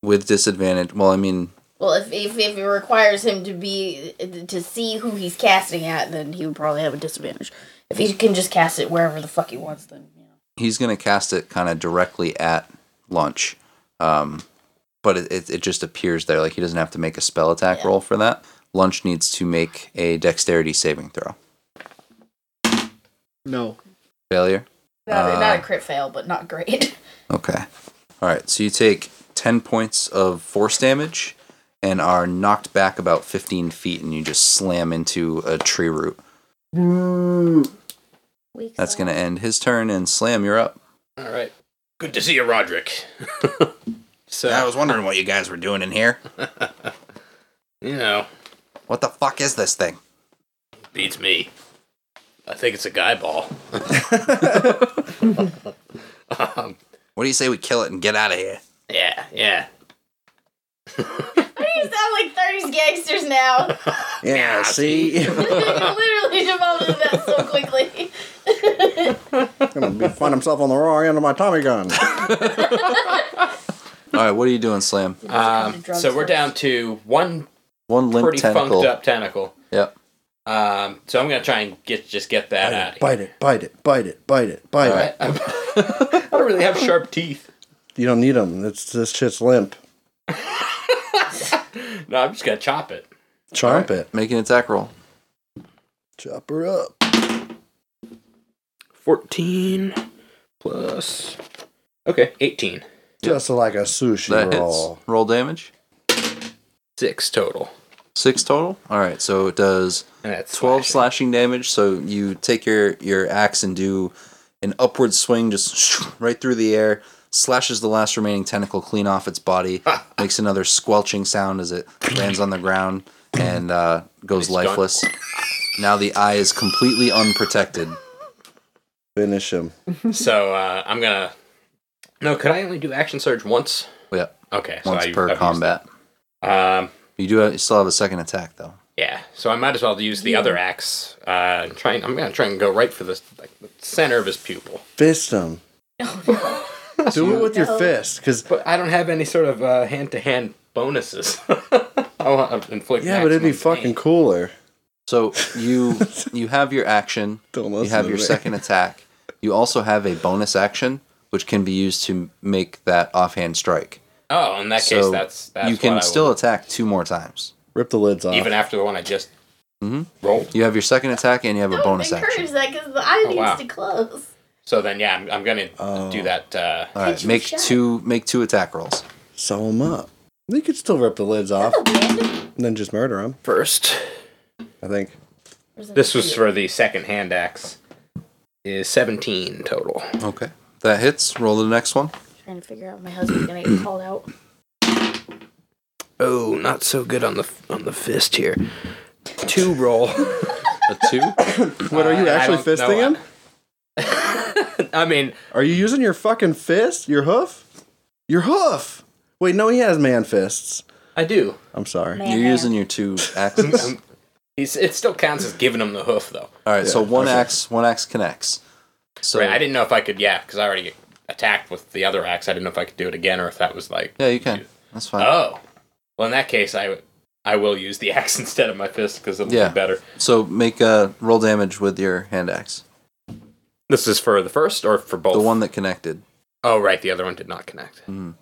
with disadvantage. Well, I mean,
Well, if, if if it requires him to be to see who he's casting at, then he would probably have a disadvantage.
If he can just cast it wherever the fuck he wants, then you know.
he's going to cast it kind of directly at lunch. Um, but it, it, it just appears there. Like he doesn't have to make a spell attack roll for that. Lunch needs to make a dexterity saving throw.
No.
Failure.
Not, a-
Uh,
not a crit fail, but not great. <laughs>
Okay. All right. So you take 10 points of force damage and are knocked back about 15 feet, and you just slam into a tree root.
Weak
That's
sauce.
going to end his turn, and Slam, you're up.
All right. Good to see you, Roderick. so,
was wondering what you guys were doing in here.
you know,
What the fuck is this thing?
beats me. I think it's a guy ball. um,
What do you say we kill it and get out of <laughs> here?
yeah, yeah.
You sound like 30s gangsters
<laughs>
now.
Yeah,
<laughs>
see?
you <laughs> literally developed that so <laughs> quickly.
Gonna be, find himself on the wrong end of my Tommy gun.
All right. What are you doing, Slam?
Um,
drugs
so we're
first.
down to one
One limp
pretty
tentacle.
funked up tentacle.
Yep.
Um, so I'm gonna try and get just get that out.
bite it, bite it, bite it, bite it, bite it.
Right. <laughs> I don't really have sharp teeth.
You don't need them. It's this shit's limp.
No, I'm just gonna chop it.
Chomp it.
Make an attack roll.
Chop her up.
14 plus. Okay, 18.
Just like a sushi
That
roll.
hits. Roll damage.
Six total.
Six total. All right. So it does
And that's
12
slashing.
slashing damage so you take your your axe and do an upward swing just <sniffs> right through the air slashes the last remaining tentacle clean off its
<laughs>
body makes another squelching sound as it lands on the ground and uh, goes
done.
lifeless now the eye is completely unprotected
Finish him.
So uh, I'm gonna. No, could I only do action surge once?
Oh, yeah,
Okay, so
once
I- I've
per
used
combat
it. Um,
you do have, you still have a second attack though
yeah. So I might as well use the other axe. Uh, and try and, I'm gonna try and go right for the, like, the center of his pupil.
Fist
<laughs>
him. Do it with your fist, because
But I don't have any sort of uh, hand-to-hand bonuses. <laughs> I want to inflict.
yeah, but it'd be
maximum
fucking
pain.
cooler.
so
<laughs>
you you have your action
Don't
you
listen
have
to
your
me.
second attack. You also have a bonus action, which can be used to make that offhand strike.
Oh, in that case,
So
that's, that's
you can
what I
still
will-
attack two more times.
Rip the lids off.
even after the one I just
Mhm.
Mm-hmm.
rolled.
You have your second attack and you have a
Don't
bonus
encourage
action.
that because the eye
Oh,
needs
wow.
to close.
So then, yeah, I'm, I'm gonna
Oh.
do that. Uh,
All right,
Hit your
make
shot.
two make two attack rolls.
Sew him up. You could still rip the lids
<laughs>
off and then just murder him,
first.
I think.
This was for the second hand axe. Is 17 total.
Okay, that hits. Roll the next one.
Trying to figure out if my husband's gonna get called out.
Oh, not so good on the on the fist here. Two roll.
A two.
<laughs> What, are you
Uh, I
actually fisting
don't know
him?
<laughs> I mean,
Are you using your fucking fist? Your hoof? Your hoof! Wait, no, he has man fists.
I do. Um,
I'm sorry.
You're using your two
<laughs>
axes.
He's, it still counts as giving him the hoof, though.
All right, so one axe one axe connects. So
right, I didn't know if I could. Yeah, because I already attacked with the other axe. I didn't know if I could do it again or if that was like.
yeah, you can. That's fine.
Oh, well, in that case, I w- I will use the <laughs> axe instead of my fist because it'll
Yeah.
be better.
So make a roll damage with your hand axe,
This is for the first or for both.
the one that connected.
Oh, right. The other one did not connect.
Mhm.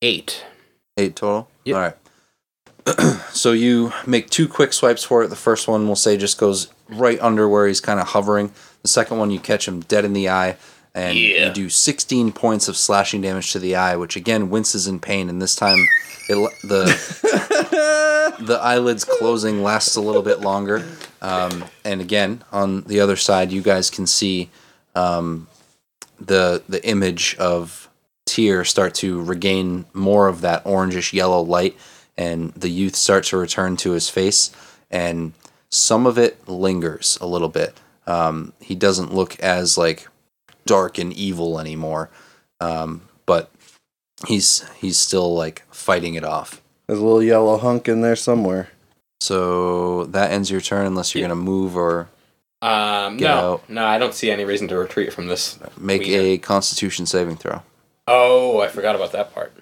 Eight.
Eight total?
Yep.
All right. <clears throat> so you make two quick swipes for it. The first one, we'll say, just goes right under where he's kind of hovering. The second one, you catch him dead in the eye, and
Yeah.
you do 16 points of slashing damage to the eye, which again winces in pain. And this time, it, l- the
<laughs>
the eyelids closing lasts a little bit longer. Um, and again, on the other side, you guys can see um, the the image of tear start to regain more of that orangish yellow light and the youth starts to return to his face and some of it lingers a little bit um, he doesn't look as like dark and evil anymore um, but he's he's still like fighting it off
There's a little yellow hunk in there somewhere.
so that ends your turn unless you're gonna move or
Um,
Get
no,
out.
no, I don't see any reason to retreat from this.
make a constitution saving throw
Oh, I forgot about that part.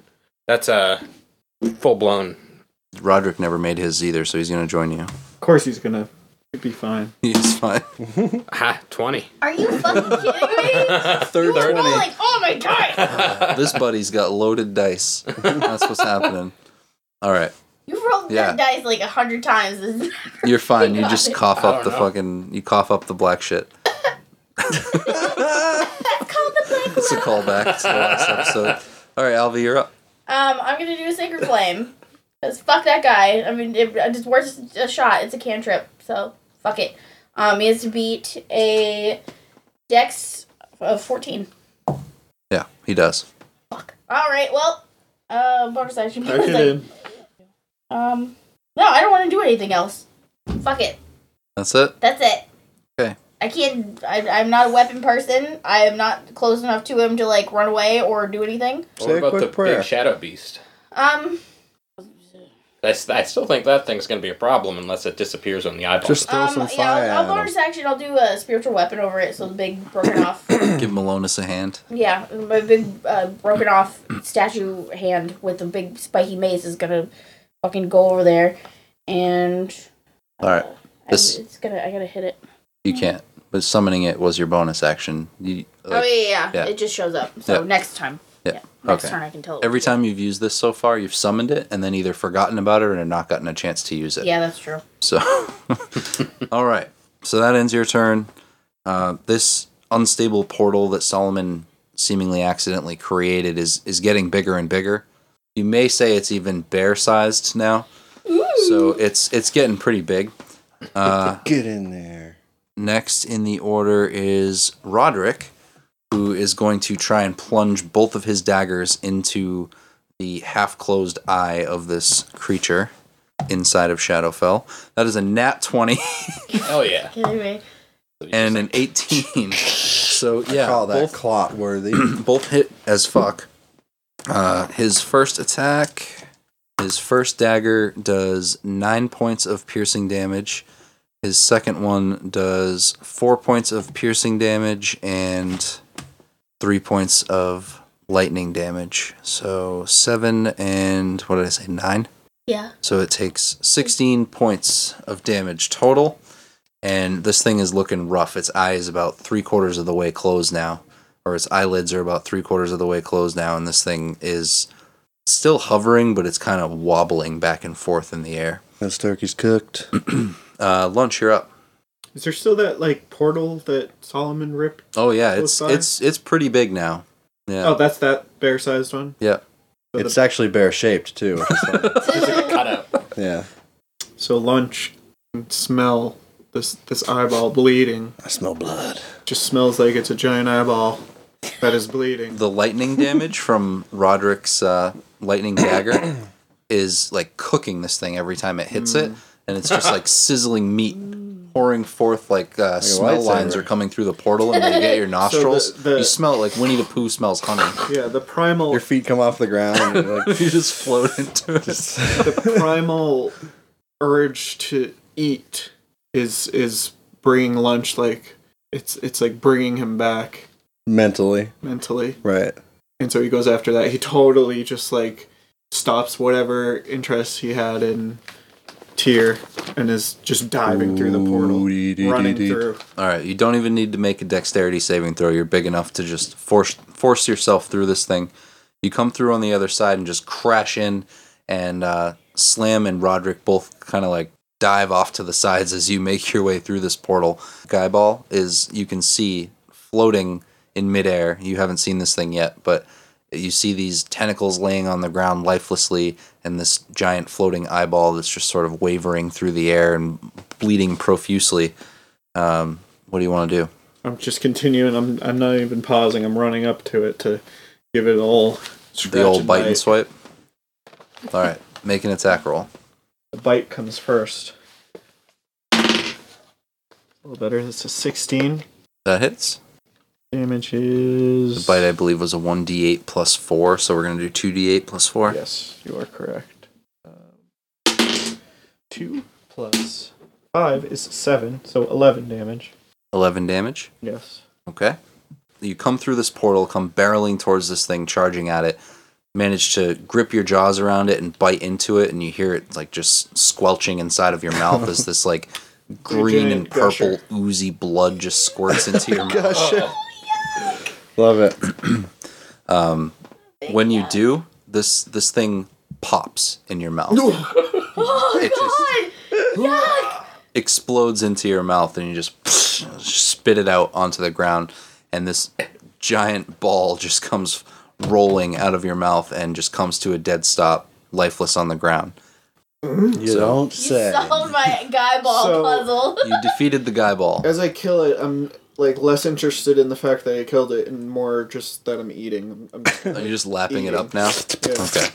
That's a full blown.
roderick never made his either so he's gonna join you <laughs>
Of course he's gonna be fine.
he's fine
Ha, <laughs> 20.
Are you fucking kidding me?
<laughs>
third
We're rolling all my time.
this buddy's got loaded dice. That's what's happening. All right,
You rolled
Yeah.
that dice like a hundred times. <laughs> This-
you're fine. You just cough
I
up
don't
the
know.
fucking. You cough up the black shit. It's a callback to the last episode. All right, Alvi, you're up.
Um, I'm gonna do a sacred flame. Cause fuck that guy. I mean, it, it's worth a shot. It's a cantrip, so fuck it. Um, he has to beat a dex of 14.
Yeah, he does.
Fuck. All right. Well, uh, bonus action.
Back
<laughs>
it in.
um, no, I don't want to do anything else. Fuck it.
That's it.
That's it.
Okay.
I can't. I, I'm not a weapon person. I am not close enough to him to like run away or do anything.
Say a
What about
quick
the
prayer.
big shadow beast?
Um,
I, s- I still think that thing's going to be a problem unless it disappears on the eyeball.
Just throw
um,
some
yeah.
fire
I'll, I'll
at him.
bonus action. I'll do a spiritual weapon over it, so the big broken off.
<clears throat>
<coughs>
Give Malonis a hand.
Yeah, my big uh, broken off statue hand with a big spiky mace is gonna fucking go over there, and
All right,
I-
This-
it's gonna I gotta hit it.
you can't. But summoning it was your bonus action. You,
oh
like,
yeah, yeah, yeah,
yeah.
it just shows up. So
Yeah.
next time,
Yeah,
yeah, next
okay.
turn I can tell. it
Every
what to
time you've used this so far, you've summoned it and then either forgotten about it or not gotten a chance to use
do.
it.
Yeah, that's true.
So, <laughs> all right. So that ends your turn. Uh, this unstable portal that Solomon seemingly accidentally created is is getting bigger and bigger. You may say it's even bear sized now. So it's it's getting pretty big. Uh,
Get in there.
next in the order is Roderick, who is going to try and plunge both of his daggers into the half closed eye of this creature inside of Shadowfell. That is a nat 20
Hell yeah.
Kidding me?
and an 18. <laughs> So, yeah,
Call that
both,
clot worthy.
both hit as fuck. Uh, his first attack, his first dagger does nine points of piercing damage. His second one does four points of piercing damage and three points of lightning damage. So seven and what did I say? Nine.
Yeah.
So it takes 16 points of damage total. And this thing is looking rough. Its eye is about three quarters of the way closed now, or its eyelids are about three quarters of the way closed now. And this thing is still hovering, but it's kind of wobbling back and forth in the air.
this turkey's cooked.
Uh, lunch, you're up.
Is there still that like portal that Solomon ripped?
Oh yeah, it's
Close by?
it's it's pretty big now. Yeah.
Oh, that's that bear-sized one.
Yeah.
So, the-
It's actually bear shaped too.
Cut out.
yeah,
so lunch can smell this this eyeball bleeding.
I smell blood.
Just smells like it's a giant eyeball that is bleeding.
The lightning <laughs> damage from Roderick's uh, lightning <coughs> dagger is like cooking this thing every time it hits it, and it's just <laughs> like sizzling meat pouring forth like, uh, smell lines
lightsaber.
are coming through the portal, and when you <laughs> get your nostrils,
the-
you smell it like Winnie the Pooh smells honey.
Yeah, the primal
Your feet come off the ground. And you're
<laughs>
like,
you just float <laughs> into it.
the primal urge to eat is is bringing lunch like it's it's like bringing him back
mentally,
mentally
right?
and so he goes after that he totally just like stops whatever interest he had in Tyr and is just diving through the portal
Ooh, dee, dee,
running
dee, dee.
through
All right, you don't even need to make a dexterity saving throw. You're big enough to just force force yourself through this thing. You come through on the other side and just crash in, and uh, Slam and Roderick both kind of like dive off to the sides as you make your way through this portal. Guyball is you can see floating in midair. You haven't seen this thing yet, but you see these tentacles laying on the ground lifelessly, and this giant floating eyeball that's just sort of wavering through the air and bleeding profusely. Um, what do you want to do?
I'm just continuing I'm I'm not even pausing I'm running up to it to give it an old
The old bite and swipe. All right, make an attack roll.
The bite comes first a little better that's a 16
That hits.
Damage is.
The bite, I believe, was a one d8 plus four, so we're gonna do two d8 plus four.
Yes, you are correct. Um, two plus five is seven, so eleven damage.
Eleven damage.
Yes.
Okay. You come through this portal, come barreling towards this thing, charging at it. Manage to grip your jaws around it and bite into it, and you hear it like just squelching inside of your mouth <laughs> as this like green and
giant
purple
gusher.
oozy blood just squirts into <laughs> your mouth.
Love it.
when you do this this thing pops in your mouth it just explodes into your mouth and you just spit it out onto the ground and this giant ball just comes rolling out of your mouth and just comes to a dead stop, lifeless on the ground.
You don't
You
say.
solved my guy ball
So-
puzzle.
You defeated the guy ball.
As I kill it, I'm like less interested in the fact that I killed it and more just that I'm eating. I'm,
Are <laughs>
I'm
you just lapping it
Eating.
up now?
Yeah.
Okay.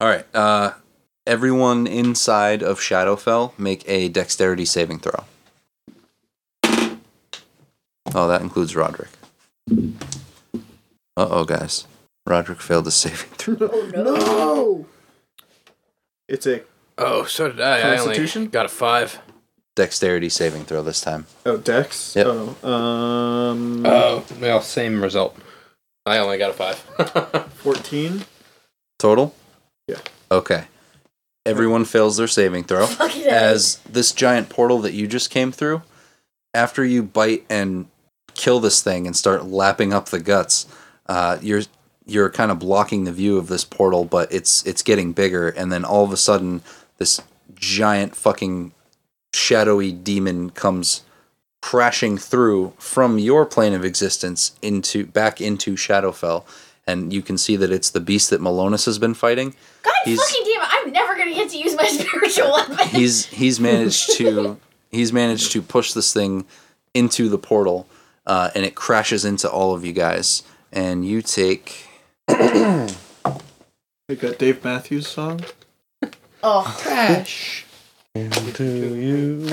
All right. Uh, everyone inside of Shadowfell, make a dexterity saving throw. Oh, that includes Roderick. Uh oh, guys. Roderick failed his saving <laughs> throw.
no. It's a
Oh, so did I. I only
Constitution?
got a five.
Dexterity saving throw this time.
oh Dex.
Yep. Uh.
Oh, um,
Oh, well, same result. I only got a <laughs> five.
fourteen.
Total?
Yeah.
Okay. Everyone fails their saving throw.
Fucking
as this giant portal that you just came through, after you bite and kill this thing and start lapping up the guts, uh, you're you're kind of blocking the view of this portal, but it's it's getting bigger, and then all of a sudden, this giant fucking shadowy demon comes crashing through from your plane of existence into back into Shadowfell, and you can see that it's the beast that Malonus has been fighting.
God
he's-
fucking damn it! I'm never gonna get to use my spiritual weapon.
he's he's managed to he's managed to push this thing into the portal, uh, and it crashes into all of you guys, and you take
I got Dave Matthews song.
Oh,
Crash.
Do you?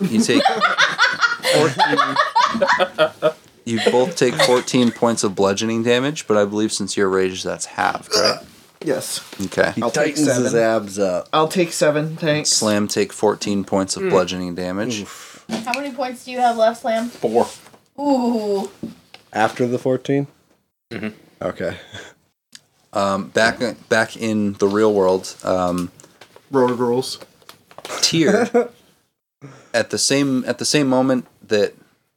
you take fourteen. <laughs> You both take fourteen points of bludgeoning damage, but I believe since you're raged, that's half, right?
Yes.
Okay.
He tightens his abs up.
I'll take seven. Thanks.
Slam take fourteen points of bludgeoning damage.
how many points do you have left, Slam?
Four.
Ooh,
After the 14?
Mhm.
Okay.
Um, back back in the real world, um,
Road rules.
tier at the same at the same moment that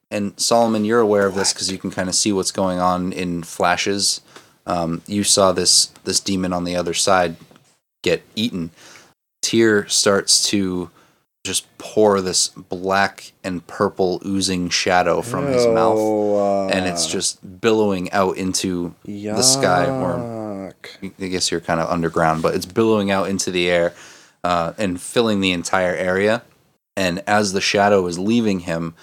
and Solomon, you're aware of this because you can kind of see what's going on in flashes. Um, you saw this this demon on the other side get eaten. Tear starts to just pour this black and purple oozing shadow from his mouth,
Oh, uh,
and it's just billowing out into the sky worm.
yuck.
I guess you're kind of underground, but it's billowing out into the air uh, and filling the entire area. And as the shadow is leaving him,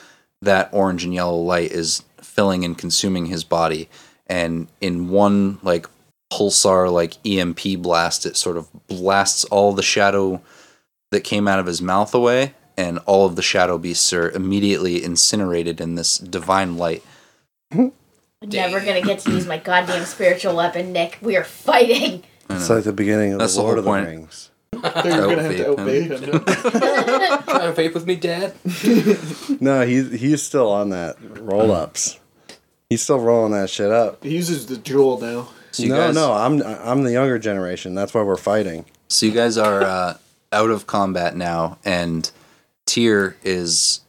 that orange and yellow light is filling and consuming his body. And in one like pulsar, like EMP blast, it sort of blasts all the shadow that came out of his mouth away. And all of the shadow beasts are immediately incinerated in this divine light.
I'm never gonna get to use my goddamn spiritual weapon, Nick. We are fighting.
It's like the beginning of
That's the
the Lord
whole
of
point.
the Rings.
They're gonna have to obey
Outbait
him.
Trying to vape with me, Dad?
No, he's he's still on that roll ups. He's still rolling that shit up.
He uses the jewel now.
So you
no,
guys-
no, I'm I'm the younger generation. That's why we're fighting.
So you guys are uh, out of combat now, and Tyr is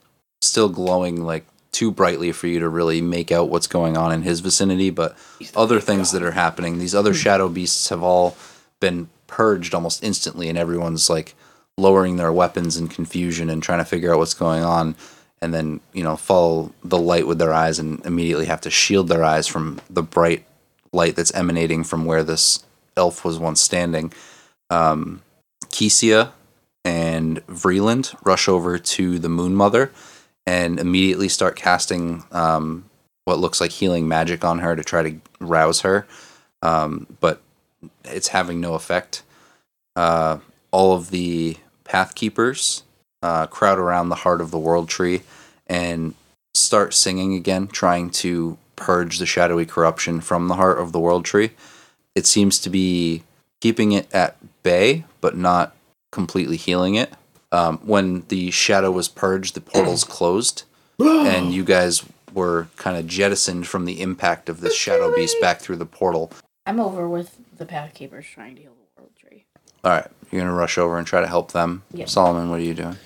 still glowing like too brightly for you to really make out what's going on in his vicinity. But other things that are happening, these other shadow beasts have all been purged almost instantly, and everyone's like lowering their weapons in confusion and trying to figure out what's going on. And then you know follow the light with their eyes and immediately have to shield their eyes from the bright light that's emanating from where this elf was once standing um, Kesia and Vreeland rush over to the Moon Mother and immediately start casting um, what looks like healing magic on her to try to rouse her, um, but it's having no effect. Uh, all of the Pathkeepers uh, crowd around the heart of the World Tree and start singing again, trying to purge the shadowy corruption from the heart of the World Tree. It seems to be keeping it at bay, but not completely healing it. Um, when the shadow was purged, the portals closed, and you guys were kind of jettisoned from the impact of this shadow beast back through the portal.
I'm over with the path keepers trying to heal the world tree.
All right, you're gonna rush over and try to help them.
Yep.
Solomon, what are you doing?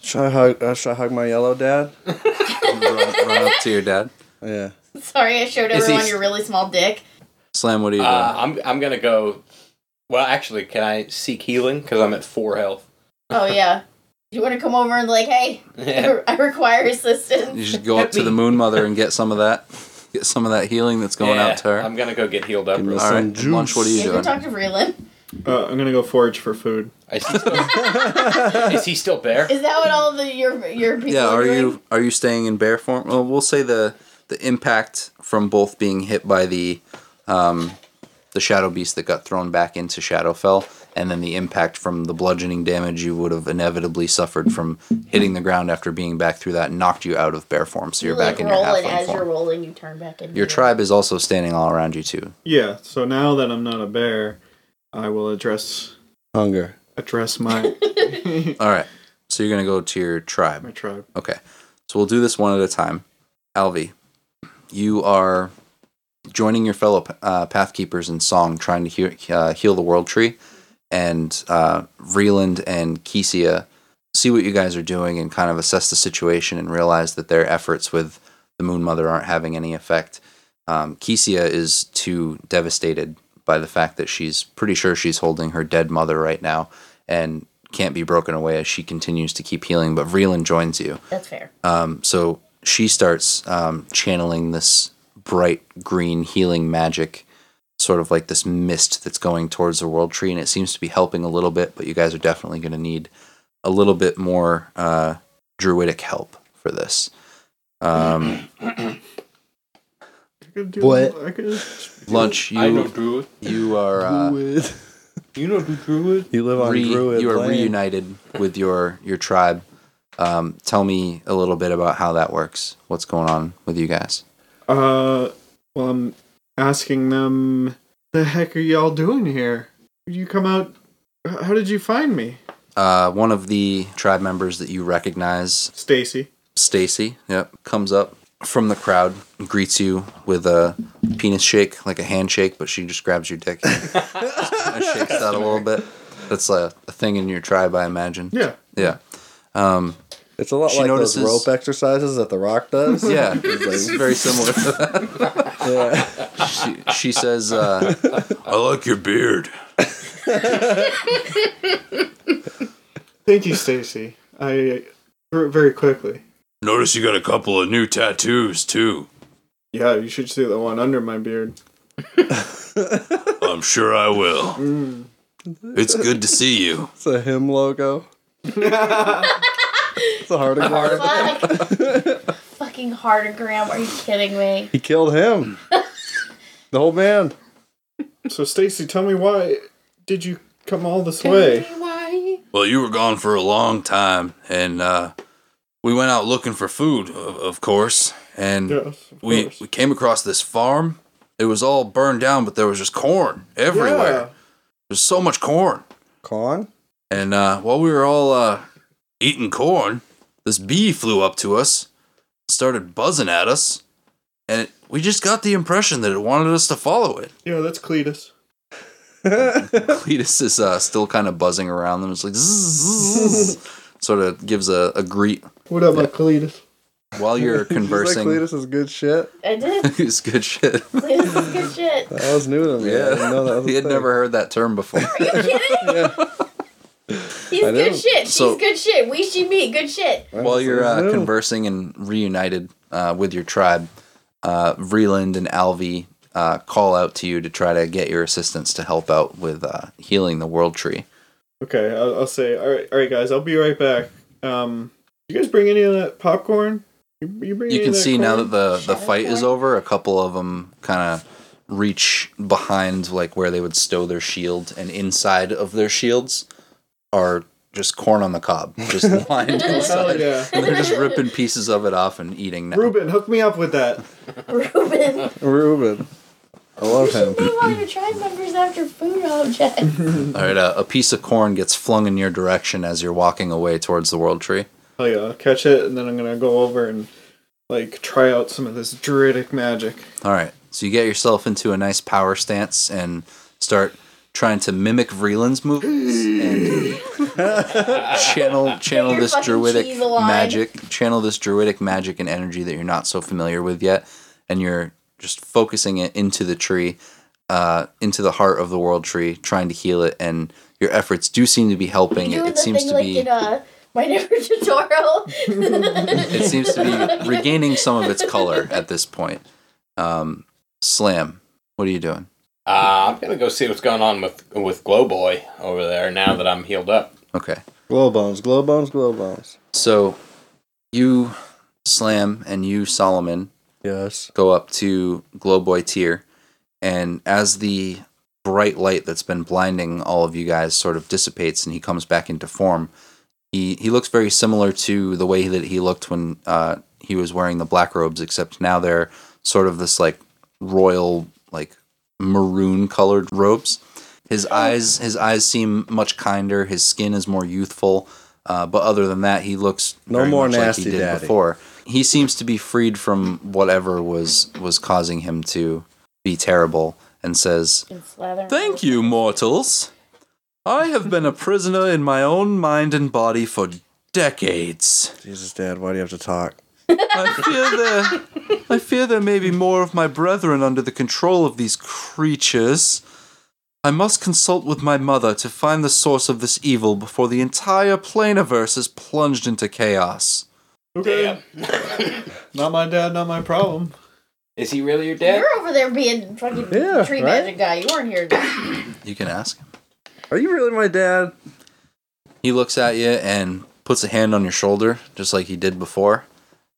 Should I hug? Uh, should I hug my yellow dad?
run, run up to your dad.
Yeah.
<laughs> Sorry, I showed
Is he-
everyone your really small dick.
Slam, what are you doing?
Uh, I'm, I'm going to go. Well, actually, can I seek healing? Because I'm at four <laughs> health.
Oh yeah. You want to come over and like, hey, <laughs> I require
you
assistance.
should go up to
me.
the moon mother and get some of that. get some of that healing that's going
yeah,
out to her.
I'm gonna go get healed up.
All
Real
right,
soon.
some
and lunch. What are you
juice.
You can
doing?
talk to Vreeland.
Uh, I'm gonna go forage for food.
Is he still, <laughs> is he still there?
Is that what all the your your people
Yeah,
are,
are
doing?
you are you staying in bear form? Well, we'll say the the impact from both being hit by the um, the shadow beast that got thrown back into Shadowfell, and then the impact from the bludgeoning damage you would have inevitably suffered from hitting the ground after being back through that knocked you out of bear form, so you're
like
back in your
rolling
halfling
as you're
form.
rolling, you turn back into
Your tribe is also standing all around you too.
Yeah. So now that I'm not a bear, I will address
Hunger.
address my
All right, so you're gonna go to your tribe.
my tribe.
Okay. So we'll do this one at a time. Alvi, you are joining your fellow uh, Pathkeepers in song, trying to hear, uh, heal the World Tree. And uh, Vreeland and Kesia see what you guys are doing and kind of assess the situation and realize that their efforts with the Moon Mother aren't having any effect. Um, Kesia is too devastated by the fact that she's pretty sure she's holding her dead mother right now and can't be broken away as she continues to keep healing. But Vreeland joins you.
That's fair.
Um, so she starts um, channeling this bright green healing magic, sort of like this mist that's going towards the world tree, and it seems to be helping a little bit. But you guys are definitely going to need a little bit more uh, druidic help for this.
<clears throat>
Um,
I could do
What?
I could
lunch,
I know
you
druid.
you are uh,
Druid.
You know the druid.
<laughs> You live on
re-
Druid.
you are
land.
reunited with your your tribe. Um, tell me a little bit about how that works. What's going on with you guys?
Uh, well, I'm asking them, the heck are y'all doing here? You come out. h- How did you find me,
Uh, one of the tribe members that you recognize
Stacy?
Stacy, yep, comes up from the crowd, greets you with a penis shake, like a handshake, but she just grabs your dick and
<laughs>
shakes that a little bit. That's a, a thing in your tribe, I imagine.
Yeah.
Yeah. Um,
It's a lot
She
like
notices-
those rope exercises that The Rock does.
<laughs> yeah, it's very similar <laughs> to that.
<laughs> yeah.
She, she says, uh, I like your beard.
Thank you, Stacy. I threw it very quickly.
Notice you got a couple of new tattoos, too.
Yeah, you should see the one under my beard.
I'm sure I will.
Mm.
It's good to see you.
It's a him logo. it's
<laughs>
a heart of heart.
Fuck. Fucking heartogram. Are you kidding me?
He killed <laughs> him. the whole man.
So, Stacy, tell me why did you come all this way?
Well, you were gone for a long time, and uh, we went out looking for food, of, of course. And
Yes, of
we
course.
we came across this farm. It was all burned down, but there was just corn everywhere.
Yeah.
There's so much corn.
Con. <laughs>
And uh, while we were all uh, eating corn, this bee flew up to us, started buzzing at us, and it, we just got the impression that it wanted us to follow it. <laughs>
Yeah, that's Cletus.
Cletus is uh, still kind of buzzing around them. It's like zzz,
<laughs>
zzz, sort of gives a, a greet
What up, my Cletus?
while
<laughs>
you're
Conversing.
conversing.
She's like, Cletus is good shit.
I did.
<laughs> it's good shit.
This is good shit.
That was new to me. I didn't know that
<laughs>
was a
he had
thing.
never heard that term before.
He's
I
good
know.
shit. She's
So-
good shit. We she meet. Good
<laughs>
shit.
While you're uh,
New.
conversing and reunited uh, with your tribe, uh, Vreeland and Alvi uh, call out to you to try to get your assistance to help out with uh, healing the world tree.
Okay, I'll, I'll say, all right, all right, guys, I'll be right back. Um, you guys bring any of that popcorn? You, you, bring
You
any
can
of that
see now
corn?
that the, the fight is over, a couple of them kind of reach behind like where they would stow their shield, and inside of their shields are just corn on the cob, just <laughs> lined
Hell
inside.
Oh, yeah.
And they're just ripping pieces of it off and eating now.
Ruben, hook me up with that.
<laughs>
Ruben.
Reuben. I love him.
Name all your tribe members after food objects.
All right, uh, a piece of corn gets flung in your direction as you're walking away towards the world tree.
Hell yeah, I'll catch it, and then I'm gonna go over and like try out some of this druidic magic.
All right, so you get yourself into a nice power stance and start trying to mimic Vreeland's movements and
<laughs>
channel channel
Your
this
fucking
druidic
cheese alive.
magic, channel this druidic magic and energy that you're not so familiar with yet, and you're just focusing it into the tree, uh, into the heart of the world tree, trying to heal it, and your efforts do seem to be helping.
Doing
It,
the
it seems
thing
to
like
be
in uh, my <laughs> neighbor Totoro. <laughs>
<laughs> it seems to be regaining some of its color at this point. Um, Slam, what are you doing?
Uh, I'm gonna go see what's going on with with Glowboy over there now that I'm healed up.
Okay.
Glow bones, glow bones, glow bones.
So you, Slam, and you, Solomon,
Yes.
go up to Glowboy tier, and as the bright light that's been blinding all of you guys sort of dissipates and he comes back into form, he he looks very similar to the way that he looked when uh, he was wearing the black robes, except now they're sort of this like royal like maroon colored robes. His
Oh.
eyes his eyes seem much kinder. His skin is more youthful. Uh, but other than that, he looks
No
very
more
much
nasty daddy.
before. He seems to be freed from whatever was was causing him to be terrible, and says,
And slather.
Thank you, mortals. I have been a prisoner in my own mind and body for decades.
Jesus, Dad, why do you have to talk?
I fear there, I fear there may be more of my brethren under the control of these creatures. I must consult with my mother to find the source of this evil before the entire planiverse is plunged into chaos.
Okay. <laughs> Not my dad, not my problem.
Is he really your dad?
You're over there being fucking
Yeah,
tree
right?
magic guy. You weren't here. <laughs>
You can ask him.
Are you really my dad?
He looks at you and puts a hand on your shoulder, just like he did before,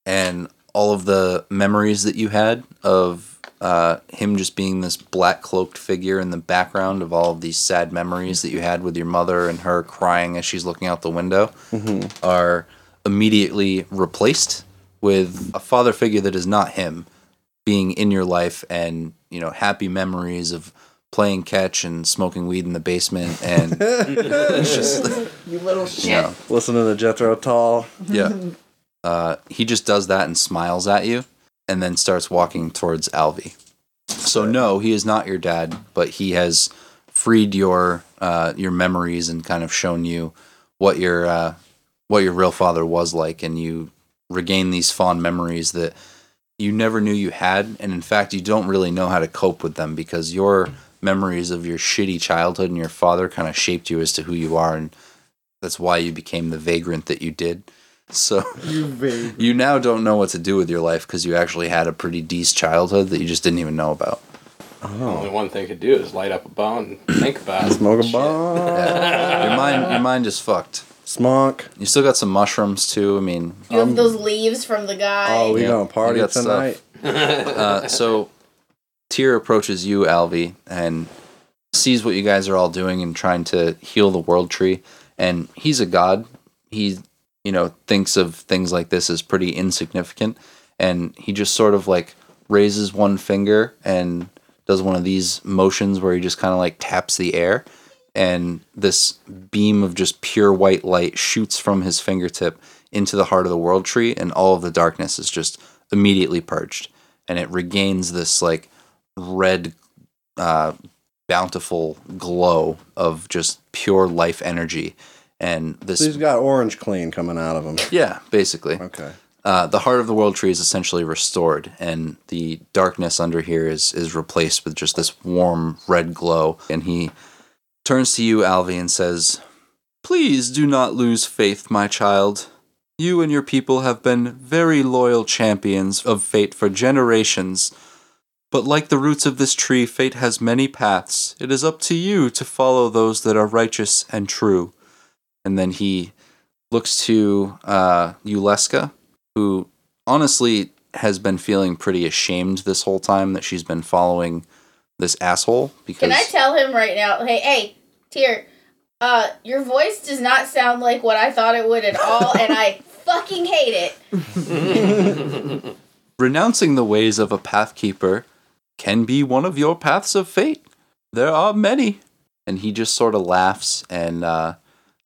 and all of the memories that you had of uh, him just being this black cloaked figure in the background of all of these sad memories that you had with your mother and her crying as she's looking out the window are immediately replaced with a father figure that is not him being in your life and you know happy memories of playing catch and smoking weed in the basement and it's just
You little shit.
you know,
Listening to Jethro Tull.
<laughs> yeah. Uh, he just does that and smiles at you and then starts walking towards Alvi. So no, he is not your dad, but he has freed your uh, your memories and kind of shown you what your uh, what your real father was like and you regain these fond memories that you never knew you had and in fact you don't really know how to cope with them because your memories of your shitty childhood and your father kind of shaped you as to who you are and that's why you became the vagrant that you did. So <laughs>
You vague.
you now don't know what to do with your life because you actually had a pretty decent childhood that you just didn't even know about.
Only one thing to do is light up a bone and think about it.
Smoke a <laughs> bomb.
Yeah. <laughs> your mind, your mind is fucked.
Smonk.
You still got some mushrooms too. I mean,
You have those leaves from the guy.
Um, Oh, we
Yeah,
gonna party
you got stuff.
tonight.
uh, so Tyr approaches you, Alvi, and sees what you guys are all doing and trying to heal the world tree. And he's a god. He, you know, thinks of things like this as pretty insignificant. And he just sort of like raises one finger and does one of these motions where he just kind of like taps the air. And this beam of just pure white light shoots from his fingertip into the heart of the world tree, and all of the darkness is just immediately purged and it regains this like red uh, bountiful glow of just pure life energy and this
So he's got orange clean coming out of him.
yeah basically
Okay.
uh, the heart of the world tree is essentially restored and the darkness under here is is replaced with just this warm red glow and he turns to you alvi and says please do not lose faith my child you and your people have been very loyal champions of fate for generations but like the roots of this tree fate has many paths it is up to you to follow those that are righteous and true and then he looks to uh, Uleska, who honestly has been feeling pretty ashamed this whole time that she's been following this asshole because
Can I tell him right now? Hey, hey, Tier, uh, your voice does not sound like what I thought it would at all, and I <laughs> fucking hate it.
renouncing the ways of a pathkeeper can be one of your paths of fate. There are many. And he just sort of laughs and uh,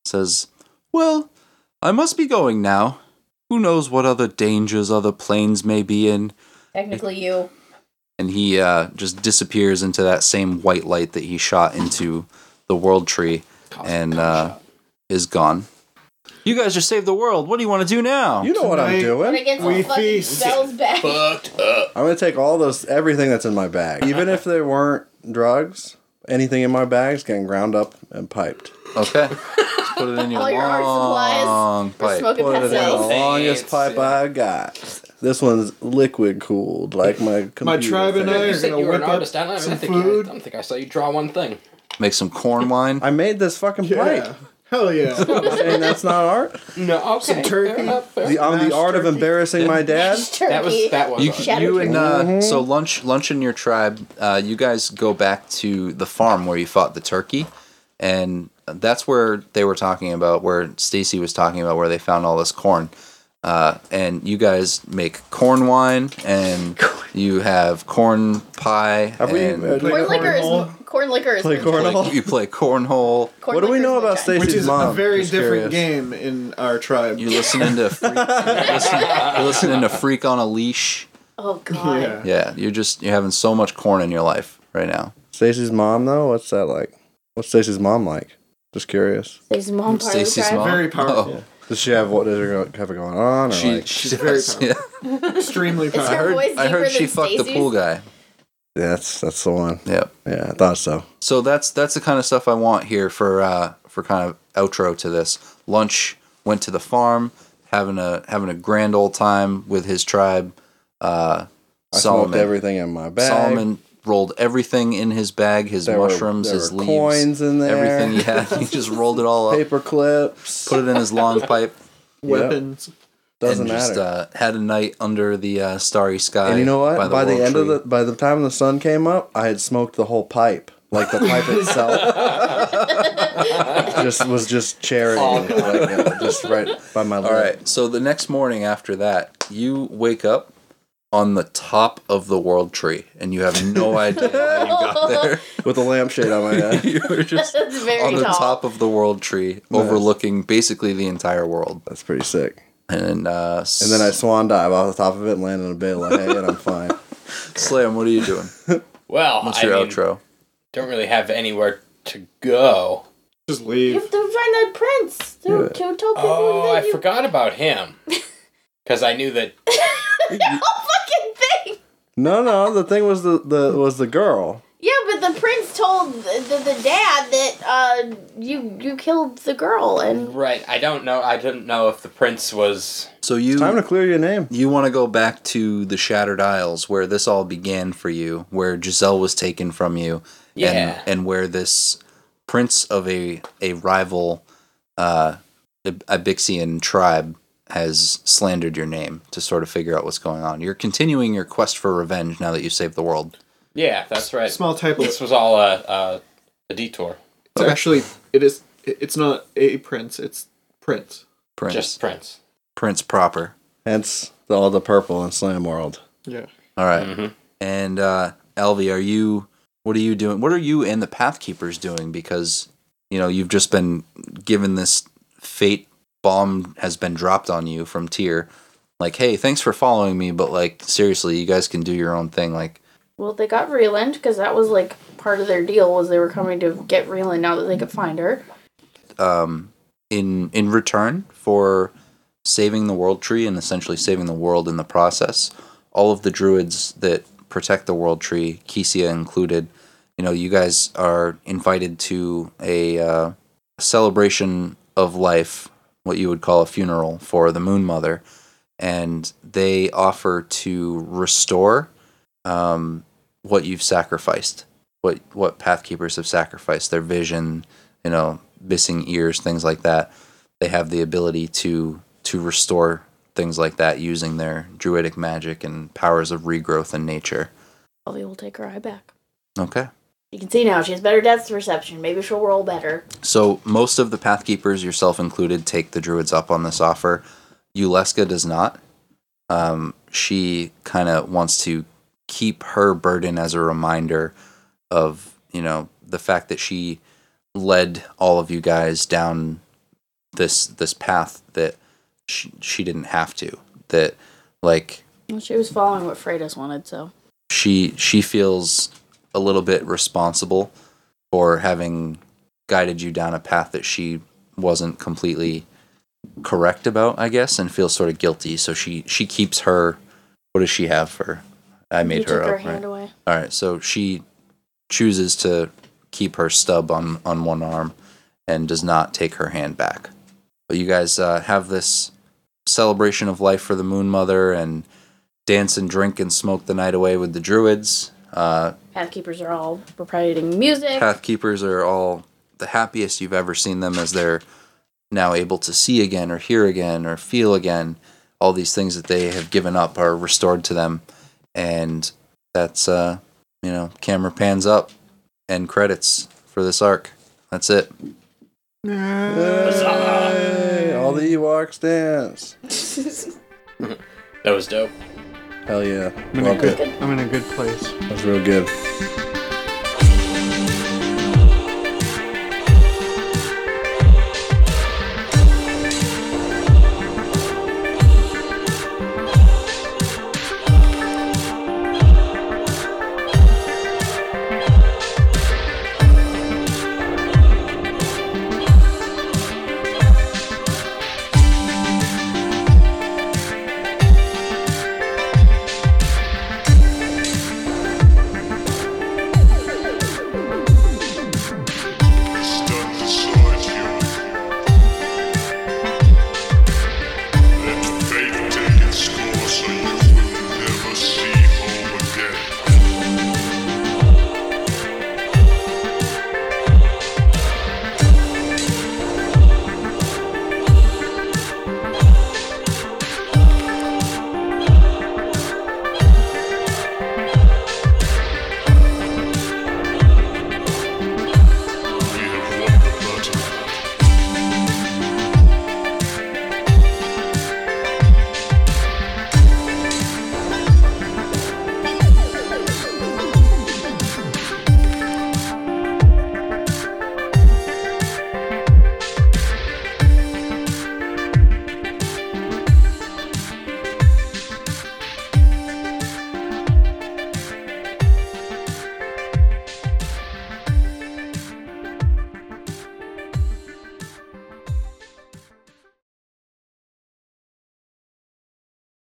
says, Well, I must be going now. Who knows what other dangers other planes may be in?
Technically, you.
and he uh, just disappears into that same white light that he shot into the world tree and uh, is gone. You guys just saved the world. What do you want to do now?
You know what I'm
Tonight-
But
doing.
against
We
the fucking
feast.
spells back. <laughs>
Fucked up.
I'm gonna take all those everything that's in my bag, even if there weren't drugs. Anything in my bag's getting ground up and piped.
<laughs>
okay. Just put it in your
All your art supplies
long
We're
pipe.
smoking
Put it in the
pastel.
Fancy.
longest pipe I got. This one's liquid cooled, like my computer
My tribe and
thing.
I
You
are
said
gonna
you were
whip
an
up
artist. I don't,
some
even think
food.
You, I don't think I saw you draw one thing.
Make some corn wine.
I made this fucking
Yeah.
pipe,
Hell yeah.
and that's not art.
No, okay.
Some turkey.
The, I'm
Mashed
the art of
turkey.
embarrassing my dad.
Turkey.
that was that was.
You,
art.
you and uh,
Mhm.
so lunch lunch in your tribe. Uh, you guys go back to the farm where you fought the turkey, and that's where they were talking about where Stacy was talking about where they found all this corn. Uh, and you guys make corn wine,
<laughs>
and you have corn pie,
Have we,
and
uh,
corn liquor is
Cornhole.
corn liquor is
Play corn-
like, you play cornhole.
corn
What do we
liquor
know
is
about
vagina.
Stacy's
Which is
mom?
a very
Just
different
curious.
game in our tribe.
You're listening
<laughs>
to freak, you're, listening, you're listening to Freak on a Leash.
Oh god.
<laughs> yeah.
Yeah, you're just you're having so much corn in your life right now.
Stacy's mom though, what's that like? What's Stacy's mom like? Just curious.
His mom part of the
Stacy's
tribe.
mom.
Very powerful.
Oh.
Does she have what does her go- have it going on? Or
She,
like,
she
she's very
does,
powerful.
<laughs> yeah.
<laughs> Extremely
Is
I
<laughs> Her
powerful.
heard,
voice
I heard
deeper
she
than
fucked the
Stacy's?
pool guy.
yeah, that's that's the one.
Yep.
Yeah, I thought so.
So that's that's the kind of stuff I want here for uh, for kind of outro to this. Lunch went to the farm, having a having a grand old time with his tribe. Uh,
I smoked
Solomon
everything in my bag.
Solomon rolled everything in his bag, his
There were-
mushrooms,
there
his
were
leaves,
coins in there.
everything he
<laughs>
had. He just rolled it all up,
paper clips.
put it in his long pipe,
Weapons.
Doesn't
and just
matter.
uh, had a night under the uh, starry sky.
and you know what? By the,
world
end of
tree.
the by the time the sun came up, I had smoked the whole pipe. Like the pipe itself. just was just charity. like, uh, just right by my
All right. So the next morning after that, you wake up on the top of the world tree, and you have
<laughs>
no idea how you
<laughs>
got there.
With a lampshade on my head. <laughs>
you were just
That's very
on the
tall.
top of the world tree, overlooking basically the entire world.
That's pretty sick.
And uh,
And then I swan dive off the top of it and land in a bay like, hey, and I'm fine.
slam. What are you doing?
Well,
What's
I
your
mean,
outro?
don't really have anywhere to go.
Just
You
leave.
have to find that prince.
Yeah.
To, to tell people
Oh,
that
I
you
forgot
<laughs>
about him. Because I knew that.
<laughs> the whole fucking thing.
No, no, the thing was the, the was the girl.
Yeah, but the prince told the, the, the dad that uh, you you killed the girl and
Right, I don't know. I didn't know if the prince was.
So you
Time to clear your name.
you want to go back to the Shattered Isles, where this all began for you, where Giselle was taken from you,
Yeah.
and and where this prince of a a rival uh, Ab- Abixian tribe has slandered your name to sort of figure out what's going on. You're continuing your quest for revenge now that you saved the world.
Yeah, that's right.
Small typo.
This was all a, a, a detour.
It's actually it is it- it's not a prince, it's prince.
Prince,
Just prince.
Prince proper.
Hence the, all the purple and Slam World.
Yeah.
All right.
Mhm.
And uh, Elvie, are you? What are you doing? What are you and the Pathkeepers doing? Because you know you've just been given this fate bomb has been dropped on you from Tyr. Like, hey, thanks for following me, but like seriously, you guys can do your own thing. Like,
Well, they got Vreeland because that was like part of their deal was they were coming to get Vreeland now that they could find her.
um, in in return for saving the world tree and essentially saving the world in the process, all of the druids that protect the world tree, Kesia included, you know, you guys are invited to a uh, celebration of life, what you would call a funeral for the Moon Mother, and they offer to restore um, what you've sacrificed, what what Pathkeepers have sacrificed, their vision, you know, missing ears, things like that. They have the ability to to restore things like that using their druidic magic and powers of regrowth in nature.
Elvie will take her eye back.
Okay.
You can see now she has better depth perception. Maybe she'll roll better.
So most of the Pathkeepers, yourself included, take the druids up on this offer. Uleska does not. Um, she kind of wants to keep her burden as a reminder of you know the fact that she led all of you guys down this this path that she, she didn't have to. That like
Well, she was following what Freitas wanted, so
she she feels a little bit responsible for having guided you down a path that she wasn't completely correct about, I guess, and feels sort of guilty. So she she keeps her. What does she have for? I
you
made
took
her
her
up.
hand
Right?
away.
All right, so she chooses to keep her stub on on one arm and does not take her hand back. But you guys uh, have this celebration of life for the Moon Mother, and dance and drink and smoke the night away with the druids. Uh,
Pathkeepers are all proprieting music.
Pathkeepers are all the happiest you've ever seen them as they're now able to see again or hear again or feel again. All these things that they have given up are restored to them. And that's, uh, you know, camera pans up, end credits for this arc. That's it.
Yay, all the Ewoks dance.
That was dope.
Hell yeah.
I'm in, a
Loved it.
good, I'm in a good place.
That was real good.